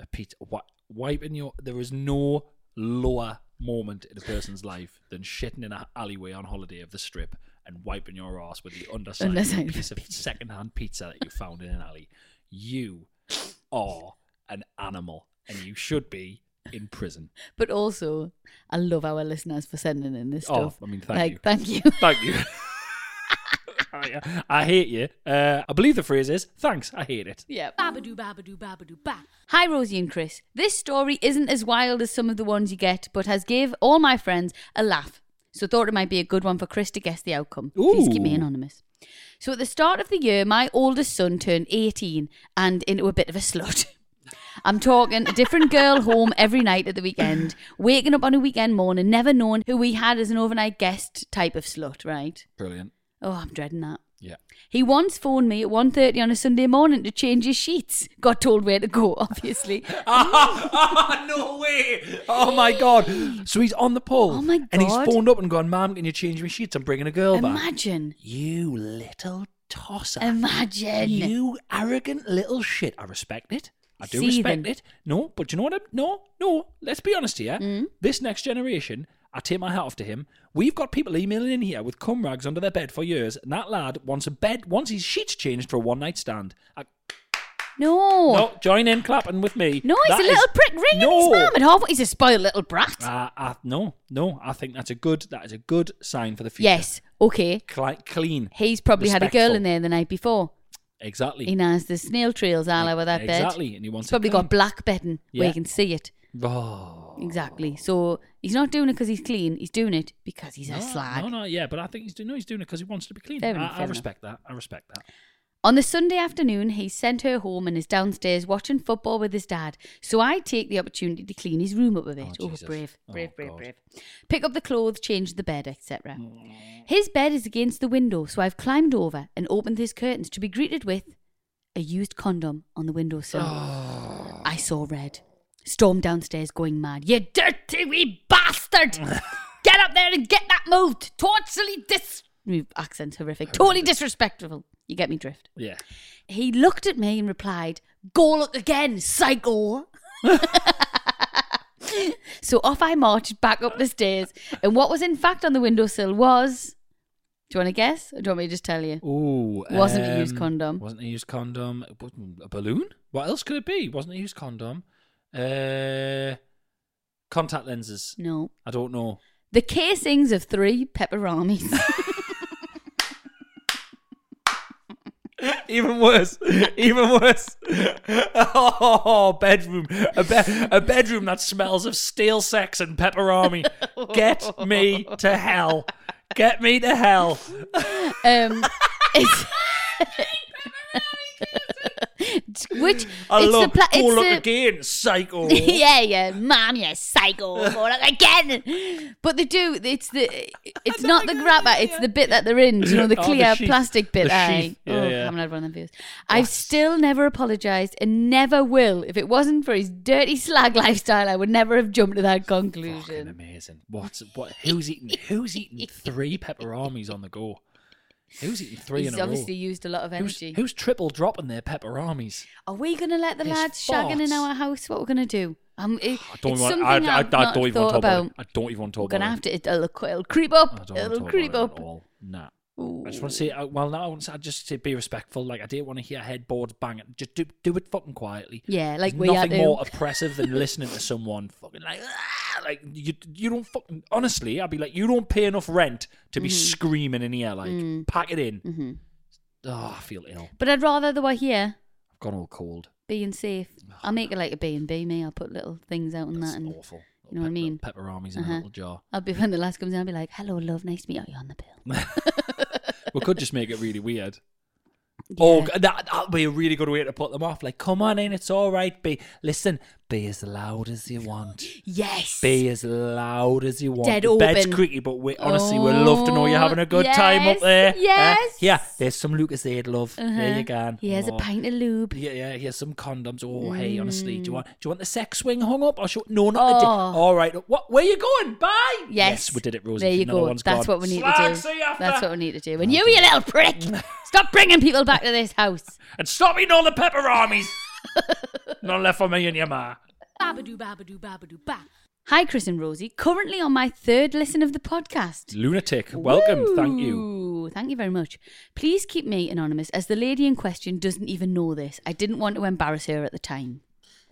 [SPEAKER 2] a pizza. What, wiping your. There is no lower moment in a person's life than shitting in an alleyway on holiday of the strip and wiping your ass with the underside,
[SPEAKER 1] Underside
[SPEAKER 2] of a
[SPEAKER 1] of a
[SPEAKER 2] piece of secondhand pizza that you found in an alley. You are an animal, and you should be in prison.
[SPEAKER 1] But also, I love our listeners for sending in this
[SPEAKER 2] Oh,
[SPEAKER 1] stuff.
[SPEAKER 2] I mean, thank
[SPEAKER 1] like,
[SPEAKER 2] you.
[SPEAKER 1] Thank you. (laughs)
[SPEAKER 2] Thank you. I, I hate you. Uh, I believe the phrase is thanks. I hate it.
[SPEAKER 1] yeah. Babadoo, babadoo, babadoo, ba. Hi, Rosie and Chris. This story isn't as wild as some of the ones you get, but has gave all my friends a laugh. So thought it might be a good one for Chris to guess the outcome. Please keep me
[SPEAKER 2] Ooh.
[SPEAKER 1] anonymous. So at the start of the year, my oldest son turned 18 and into a bit of a slut. (laughs) I'm talking a different girl home every night at the weekend, waking up on a weekend morning, never knowing who we had as an overnight guest type of slut, right?
[SPEAKER 2] Brilliant.
[SPEAKER 1] Oh, I'm dreading that.
[SPEAKER 2] Yeah.
[SPEAKER 1] He once phoned me at 1.30 on a Sunday morning to change his sheets. Got told where to go, (laughs) obviously.
[SPEAKER 2] Ah, (laughs) no way! Oh my god! So he's on the pole.
[SPEAKER 1] Oh my
[SPEAKER 2] And he's
[SPEAKER 1] God.
[SPEAKER 2] phoned up and gone, "Mom, can you change my sheets? I'm bringing a girl back."
[SPEAKER 1] Imagine.
[SPEAKER 2] You little tosser!
[SPEAKER 1] Imagine.
[SPEAKER 2] You arrogant little shit! I respect it. I do
[SPEAKER 1] Seething.
[SPEAKER 2] respect it. No, but you know what? I'm, no, no. Let's be honest here.
[SPEAKER 1] Mm.
[SPEAKER 2] This next generation, I take my hat off to him. We've got people emailing in here with cum rags under their bed for years, and that lad wants a bed, wants his sheets changed for a one night stand. I,
[SPEAKER 1] No.
[SPEAKER 2] no, join in, clapping with me.
[SPEAKER 1] Oh. No, he's
[SPEAKER 2] That
[SPEAKER 1] a
[SPEAKER 2] is-
[SPEAKER 1] little prick ringing his
[SPEAKER 2] No.
[SPEAKER 1] mum at half. He's a spoiled little brat.
[SPEAKER 2] Uh, I, no, no. I think that's a good. That is a good sign for the future.
[SPEAKER 1] yes. Okay.
[SPEAKER 2] Cli- clean.
[SPEAKER 1] He's probably had a girl
[SPEAKER 2] Respectful.
[SPEAKER 1] in there the night before.
[SPEAKER 2] Exactly.
[SPEAKER 1] He knows the snail trails all over that bed.
[SPEAKER 2] Exactly, and he wants
[SPEAKER 1] He's
[SPEAKER 2] it
[SPEAKER 1] probably
[SPEAKER 2] clean.
[SPEAKER 1] got black bedding where
[SPEAKER 2] Yeah.
[SPEAKER 1] you can see it.
[SPEAKER 2] oh,
[SPEAKER 1] Exactly. So he's not doing it because he's clean. He's doing it because he's
[SPEAKER 2] no,
[SPEAKER 1] a slag.
[SPEAKER 2] No, no, yeah, but I think he's doing. No, he's doing it because he wants to be clean.
[SPEAKER 1] Fair
[SPEAKER 2] I,
[SPEAKER 1] enough,
[SPEAKER 2] I
[SPEAKER 1] fair enough.
[SPEAKER 2] respect that. I respect that.
[SPEAKER 1] On the Sunday afternoon, he sent her home and is downstairs watching football with his dad. So I take the opportunity to clean his room up a bit.
[SPEAKER 2] Oh,
[SPEAKER 1] Oh,
[SPEAKER 2] Jesus.
[SPEAKER 1] brave,
[SPEAKER 2] Oh,
[SPEAKER 1] brave, brave,
[SPEAKER 2] God.
[SPEAKER 1] brave. Pick up the clothes, change the bed, etc. His bed is against the window, so I've climbed over and opened his curtains to be greeted with a used condom on the windowsill. I saw red. Stormed downstairs going mad. You dirty wee bastard! get up there and get that moved! Totally dis. Accent's horrific. Totally disrespectful. You get me drift.
[SPEAKER 2] Yeah.
[SPEAKER 1] He looked at me and replied, Go look again, psycho. (laughs) so off I marched back up the stairs, and what was in fact on the windowsill was. Do you want to guess? Or do you want me to just tell you?
[SPEAKER 2] Ooh. um,
[SPEAKER 1] Wasn't a used condom.
[SPEAKER 2] Wasn't a used condom. It wasn't a balloon. What else could it be? Wasn't a used condom. Uh, contact lenses.
[SPEAKER 1] No.
[SPEAKER 2] I don't know.
[SPEAKER 1] The casings of
[SPEAKER 2] (laughs)
[SPEAKER 1] three pepperamis.
[SPEAKER 2] Even worse. (laughs) Even worse. Oh, bedroom. A, be- a bedroom that smells of stale sex and pepperami. Get me to hell. Get me to hell.
[SPEAKER 1] um, it's. (laughs) Which
[SPEAKER 2] I
[SPEAKER 1] it's
[SPEAKER 2] love
[SPEAKER 1] the pla-
[SPEAKER 2] Go
[SPEAKER 1] it's
[SPEAKER 2] look
[SPEAKER 1] the-
[SPEAKER 2] again, psycho.
[SPEAKER 1] (laughs) yeah, yeah, mom, you psycho. Go look again. But they do. It's the. It's not the grabber. It's the bit that they're in. do You know, the
[SPEAKER 2] (laughs) Oh, the
[SPEAKER 1] clear
[SPEAKER 2] sheath.
[SPEAKER 1] plastic bit.
[SPEAKER 2] The
[SPEAKER 1] aye.
[SPEAKER 2] sheath.
[SPEAKER 1] Oh,
[SPEAKER 2] Yeah,
[SPEAKER 1] I
[SPEAKER 2] yeah.
[SPEAKER 1] haven't had one of those. I've still never apologised and never will. If it wasn't for his dirty slag lifestyle, I would never have jumped to that
[SPEAKER 2] Fucking
[SPEAKER 1] conclusion.
[SPEAKER 2] amazing. What's what? Who's eating? Who's
[SPEAKER 1] (laughs)
[SPEAKER 2] eating three pepperamis on the go? Who's eating three
[SPEAKER 1] He's
[SPEAKER 2] in a
[SPEAKER 1] obviously
[SPEAKER 2] row?
[SPEAKER 1] used a lot of
[SPEAKER 2] Who's,
[SPEAKER 1] energy.
[SPEAKER 2] who's triple dropping their pepperamis?
[SPEAKER 1] Are we going to let the
[SPEAKER 2] His
[SPEAKER 1] lads shagging in
[SPEAKER 2] farts.
[SPEAKER 1] our house? What we're going to do? Um, it,
[SPEAKER 2] (sighs) I don't
[SPEAKER 1] it's
[SPEAKER 2] want.
[SPEAKER 1] something
[SPEAKER 2] I, I, I,
[SPEAKER 1] I've not
[SPEAKER 2] don't even
[SPEAKER 1] thought
[SPEAKER 2] want to talk
[SPEAKER 1] about.
[SPEAKER 2] about. it. I don't even want to
[SPEAKER 1] We're
[SPEAKER 2] talk
[SPEAKER 1] going to
[SPEAKER 2] about.
[SPEAKER 1] have
[SPEAKER 2] it.
[SPEAKER 1] to. It'll, it'll creep
[SPEAKER 2] I
[SPEAKER 1] up.
[SPEAKER 2] don't wanna
[SPEAKER 1] It'll
[SPEAKER 2] talk
[SPEAKER 1] creep
[SPEAKER 2] about it
[SPEAKER 1] up.
[SPEAKER 2] at all. Nah. I just want to say, uh, well, no, I want to I just say be respectful. Like, I didn't want to hear headboards banging. Just do, do it fucking quietly.
[SPEAKER 1] Yeah, like
[SPEAKER 2] There's
[SPEAKER 1] we
[SPEAKER 2] nothing
[SPEAKER 1] had to. (laughs)
[SPEAKER 2] more oppressive than listening to someone fucking like, "Ah," like you, you don't fucking. Honestly, I'd be like, you don't pay enough rent to
[SPEAKER 1] Mm-hmm.
[SPEAKER 2] be screaming in here. Like,
[SPEAKER 1] Mm.
[SPEAKER 2] pack it in. Oh, I feel ill.
[SPEAKER 1] But I'd rather they were here,
[SPEAKER 2] I've gone all cold.
[SPEAKER 1] being safe. I'll make it like a B and B. Me, I'll put little things out and
[SPEAKER 2] That's
[SPEAKER 1] that, and
[SPEAKER 2] awful.
[SPEAKER 1] you know what I mean?
[SPEAKER 2] Pepper in
[SPEAKER 1] Uh-huh.
[SPEAKER 2] a little jar.
[SPEAKER 1] I'll be when the last comes in. I'll be like, "Hello, love. Nice to meet you. Are you on the bill?"
[SPEAKER 2] (laughs) We could just make it really
[SPEAKER 1] (laughs)
[SPEAKER 2] weird.
[SPEAKER 1] Yeah.
[SPEAKER 2] Oh, g- that that'll be a really good way to put them off. Like, come on in, it's all right. Be listen, be as loud as you want.
[SPEAKER 1] yes.
[SPEAKER 2] Be as loud as you want.
[SPEAKER 1] Dead
[SPEAKER 2] the bed's
[SPEAKER 1] open.
[SPEAKER 2] creaky, but we honestly we love to know you're having a good time up
[SPEAKER 1] yes,
[SPEAKER 2] there. Eh?
[SPEAKER 1] yes.
[SPEAKER 2] Yeah, there's some Lucas Aid love. There
[SPEAKER 1] Uh-huh.
[SPEAKER 2] you go.
[SPEAKER 1] Here's
[SPEAKER 2] Oh.
[SPEAKER 1] a pint of lube.
[SPEAKER 2] Yeah, yeah, here's some condoms. Oh, hey, honestly, do you want do you want the sex swing hung up? Or should, no, not the dick.
[SPEAKER 1] Mm. Oh.
[SPEAKER 2] All right, what? Where you going? Bye.
[SPEAKER 1] Yes.
[SPEAKER 2] we did it, Rosie.
[SPEAKER 1] There you
[SPEAKER 2] Another
[SPEAKER 1] go.
[SPEAKER 2] one's
[SPEAKER 1] That's
[SPEAKER 2] gone.
[SPEAKER 1] what we need
[SPEAKER 2] Slag,
[SPEAKER 1] to
[SPEAKER 2] see
[SPEAKER 1] do.
[SPEAKER 2] you after.
[SPEAKER 1] That's what we need to do. And you, you
[SPEAKER 2] (laughs)
[SPEAKER 1] little prick, stop bringing people back to this house.
[SPEAKER 2] And stop eating all the
[SPEAKER 1] (laughs)
[SPEAKER 2] pepperamis. None left for me and your ma.
[SPEAKER 1] Babadoo, babadoo, babadoo, ba. Hi, Chris and Rosie. Currently on my third listen of the podcast.
[SPEAKER 2] Lunatic, welcome. Thank you.
[SPEAKER 1] Ooh, Oh, thank you very much. Please keep me anonymous, as the lady in question doesn't even know this. I didn't want to embarrass her at the time.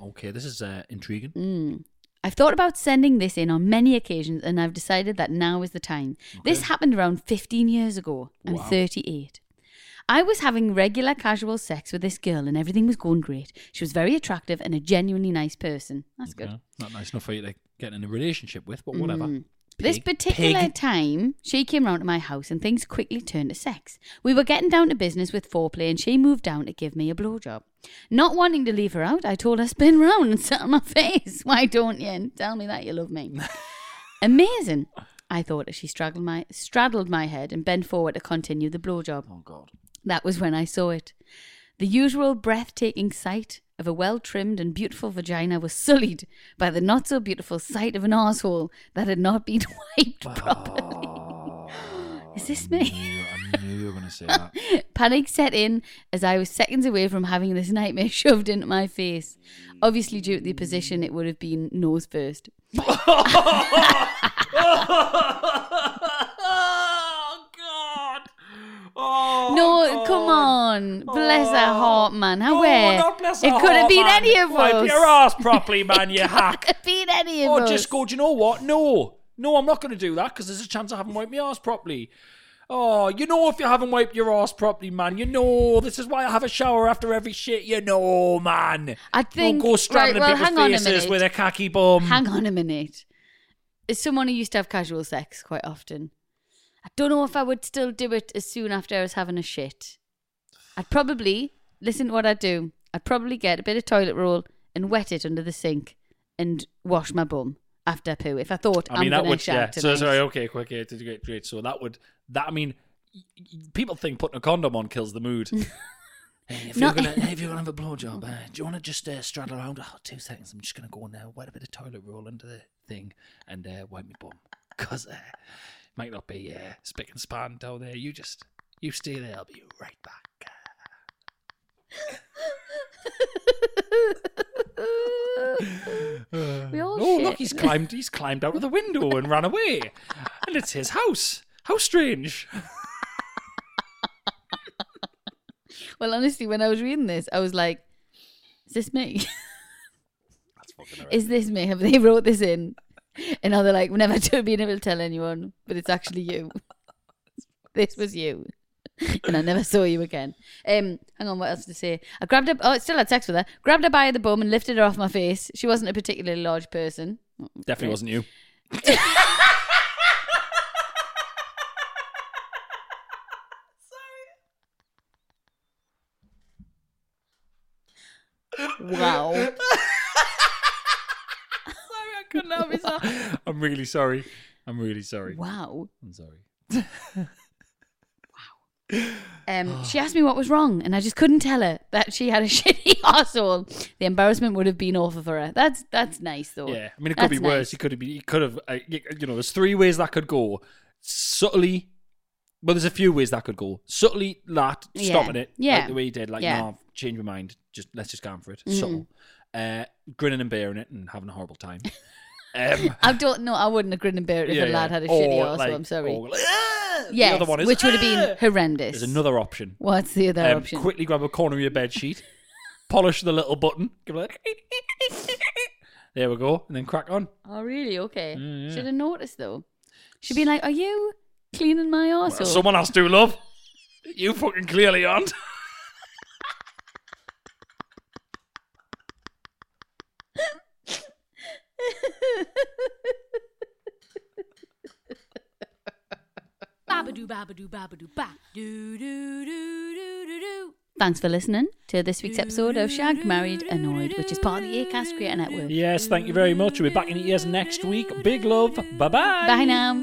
[SPEAKER 2] Okay, this is uh, intriguing.
[SPEAKER 1] I've thought about sending this in on many occasions, and I've decided that now is the time. This happened around 15 years ago. I'm
[SPEAKER 2] Wow.
[SPEAKER 1] 38. I was having regular casual sex with this girl, and everything was going great. She was very attractive and a genuinely nice person. That's good. Mm.
[SPEAKER 2] Yeah, Not nice enough for you to get in a relationship with, but whatever.
[SPEAKER 1] This
[SPEAKER 2] Pig.
[SPEAKER 1] particular
[SPEAKER 2] Pig.
[SPEAKER 1] time, she came round to my house and things quickly turned to sex. We were getting down to business with foreplay and she moved down to give me a blowjob. Not wanting to leave her out, I told her, spin round and sit on my (laughs) face. Why don't you? And tell me that you
[SPEAKER 2] (laughs)
[SPEAKER 1] love me. Amazing, I thought as she straddled my, straddled my head and bent forward to continue the blowjob.
[SPEAKER 2] Oh God.
[SPEAKER 1] That was when I saw it. The usual breathtaking sight of a well trimmed and beautiful vagina was sullied by the not so beautiful sight of an arsehole that had not been (laughs) wiped properly. Is this me?
[SPEAKER 2] I knew you were going to say
[SPEAKER 1] (laughs)
[SPEAKER 2] that.
[SPEAKER 1] Panic set in as I was seconds away from having this nightmare (laughs) shoved into my face. Obviously, due to the position, it would have been nose
[SPEAKER 2] (laughs)
[SPEAKER 1] first.
[SPEAKER 2] oh God. Oh.
[SPEAKER 1] no,
[SPEAKER 2] God. Oh.
[SPEAKER 1] come on. Bless her heart, man. How
[SPEAKER 2] No,
[SPEAKER 1] where?
[SPEAKER 2] not bless
[SPEAKER 1] it
[SPEAKER 2] her
[SPEAKER 1] could have
[SPEAKER 2] heart,
[SPEAKER 1] been
[SPEAKER 2] man.
[SPEAKER 1] any of
[SPEAKER 2] Wipe
[SPEAKER 1] us.
[SPEAKER 2] your ass properly, man,
[SPEAKER 1] (laughs)
[SPEAKER 2] you hack.
[SPEAKER 1] Could have been any of
[SPEAKER 2] Or
[SPEAKER 1] us.
[SPEAKER 2] Oh, just go, do you know what? No. No, I'm not going to do that because there's a chance I haven't wiped my ass properly. Oh, you know if you haven't wiped your ass properly, man. You know this is why I have a shower after every shit. You know, man.
[SPEAKER 1] I think-
[SPEAKER 2] Don't go straddling
[SPEAKER 1] right, well,
[SPEAKER 2] people's
[SPEAKER 1] hang on a
[SPEAKER 2] faces
[SPEAKER 1] minute.
[SPEAKER 2] with a khaki bum.
[SPEAKER 1] Hang on a minute. As someone who used to have casual sex quite often, I don't know if I would still do it as soon after I was having a shit. I'd probably listen to what I'd do. I'd probably get a bit of toilet roll and wet it under the sink and wash my bum after I poo. If I thought I
[SPEAKER 2] I mean,
[SPEAKER 1] am
[SPEAKER 2] that
[SPEAKER 1] going to
[SPEAKER 2] would yeah.
[SPEAKER 1] shout
[SPEAKER 2] So sorry, okay, quick, yeah, great, great. So that would that. I mean, y- y- people think putting a condom on kills the mood. Hey, if,
[SPEAKER 1] Not-
[SPEAKER 2] you're gonna, hey, if you're gonna have a blowjob, uh, do you want to just uh, straddle around? Oh, two seconds. I'm just gonna go and uh, wet a bit of toilet roll under the thing and uh, wipe my bum because uh, it might not be uh, spick and span down there. You just you stay there. I'll be right back. (laughs)
[SPEAKER 1] we all
[SPEAKER 2] oh,
[SPEAKER 1] shit.
[SPEAKER 2] look, he's climbed. He's climbed out of the window and ran away, and it's his house. How strange.
[SPEAKER 1] Well, honestly, when I was reading this, I was like, "Is this me? (laughs) Is this me? Have they wrote this in?" And now they're like, "We're never to being able to tell anyone, but it's actually you. this was you." and I never saw you again. Um, hang on, what else to say? I grabbed her. Oh, I still had sex with her. Grabbed her by the bum and lifted her off my face. She wasn't a particularly large person.
[SPEAKER 2] Definitely wasn't you.
[SPEAKER 1] Wow.
[SPEAKER 2] (laughs) I'm really sorry. I'm really sorry.
[SPEAKER 1] wow.
[SPEAKER 2] I'm sorry. (gasps)
[SPEAKER 1] Um, she asked me what was wrong, and I just couldn't tell her that she had a (laughs) shitty arsehole. The embarrassment would have been awful for her. That's that's nice though.
[SPEAKER 2] Yeah, I mean, it could
[SPEAKER 1] That's
[SPEAKER 2] be worse. It could have been. It could have. Uh, y- you know, there's three ways that could go. Subtly, well, there's a few ways that could go. Subtly, that
[SPEAKER 1] Yeah.
[SPEAKER 2] stopping it, like
[SPEAKER 1] Yeah.
[SPEAKER 2] the way you did, like,
[SPEAKER 1] Yeah. Mm-hmm.
[SPEAKER 2] nah, change my mind. Just let's just go on for it. Subtle, uh, grinning and bearing it, and having a horrible
[SPEAKER 1] (laughs)
[SPEAKER 2] time. um,
[SPEAKER 1] I don't know. I wouldn't have grinned and bear it if
[SPEAKER 2] yeah,
[SPEAKER 1] a lad
[SPEAKER 2] yeah.
[SPEAKER 1] had a
[SPEAKER 2] Or,
[SPEAKER 1] shitty arsehole.
[SPEAKER 2] like-
[SPEAKER 1] I'm sorry.
[SPEAKER 2] or, like, "Ah!"
[SPEAKER 1] yes,
[SPEAKER 2] the other one is
[SPEAKER 1] which would have
[SPEAKER 2] "Ah!"
[SPEAKER 1] been horrendous.
[SPEAKER 2] (laughs) There's another option.
[SPEAKER 1] What's the other
[SPEAKER 2] Um,
[SPEAKER 1] option?
[SPEAKER 2] Quickly grab a corner of your bed sheet, polish the little button, give it like, (laughs) there we go, and then crack on.
[SPEAKER 1] Oh, really? Okay.
[SPEAKER 2] Mm,
[SPEAKER 1] Should have noticed though. She'd been like, "Are you cleaning my arsehole?"
[SPEAKER 2] Someone else do love. You fucking clearly aren't.
[SPEAKER 6] Babadoo, babadoo, babadoo, ba. Do, do, do, do, do, do.
[SPEAKER 1] Thanks for listening to this week's episode of Shagged, Married, Annoyed, which is part of the Acast Creator Network.
[SPEAKER 2] Yes, thank you very much. We'll be back in your ears next week. Big love. Bye bye.
[SPEAKER 1] Bye now.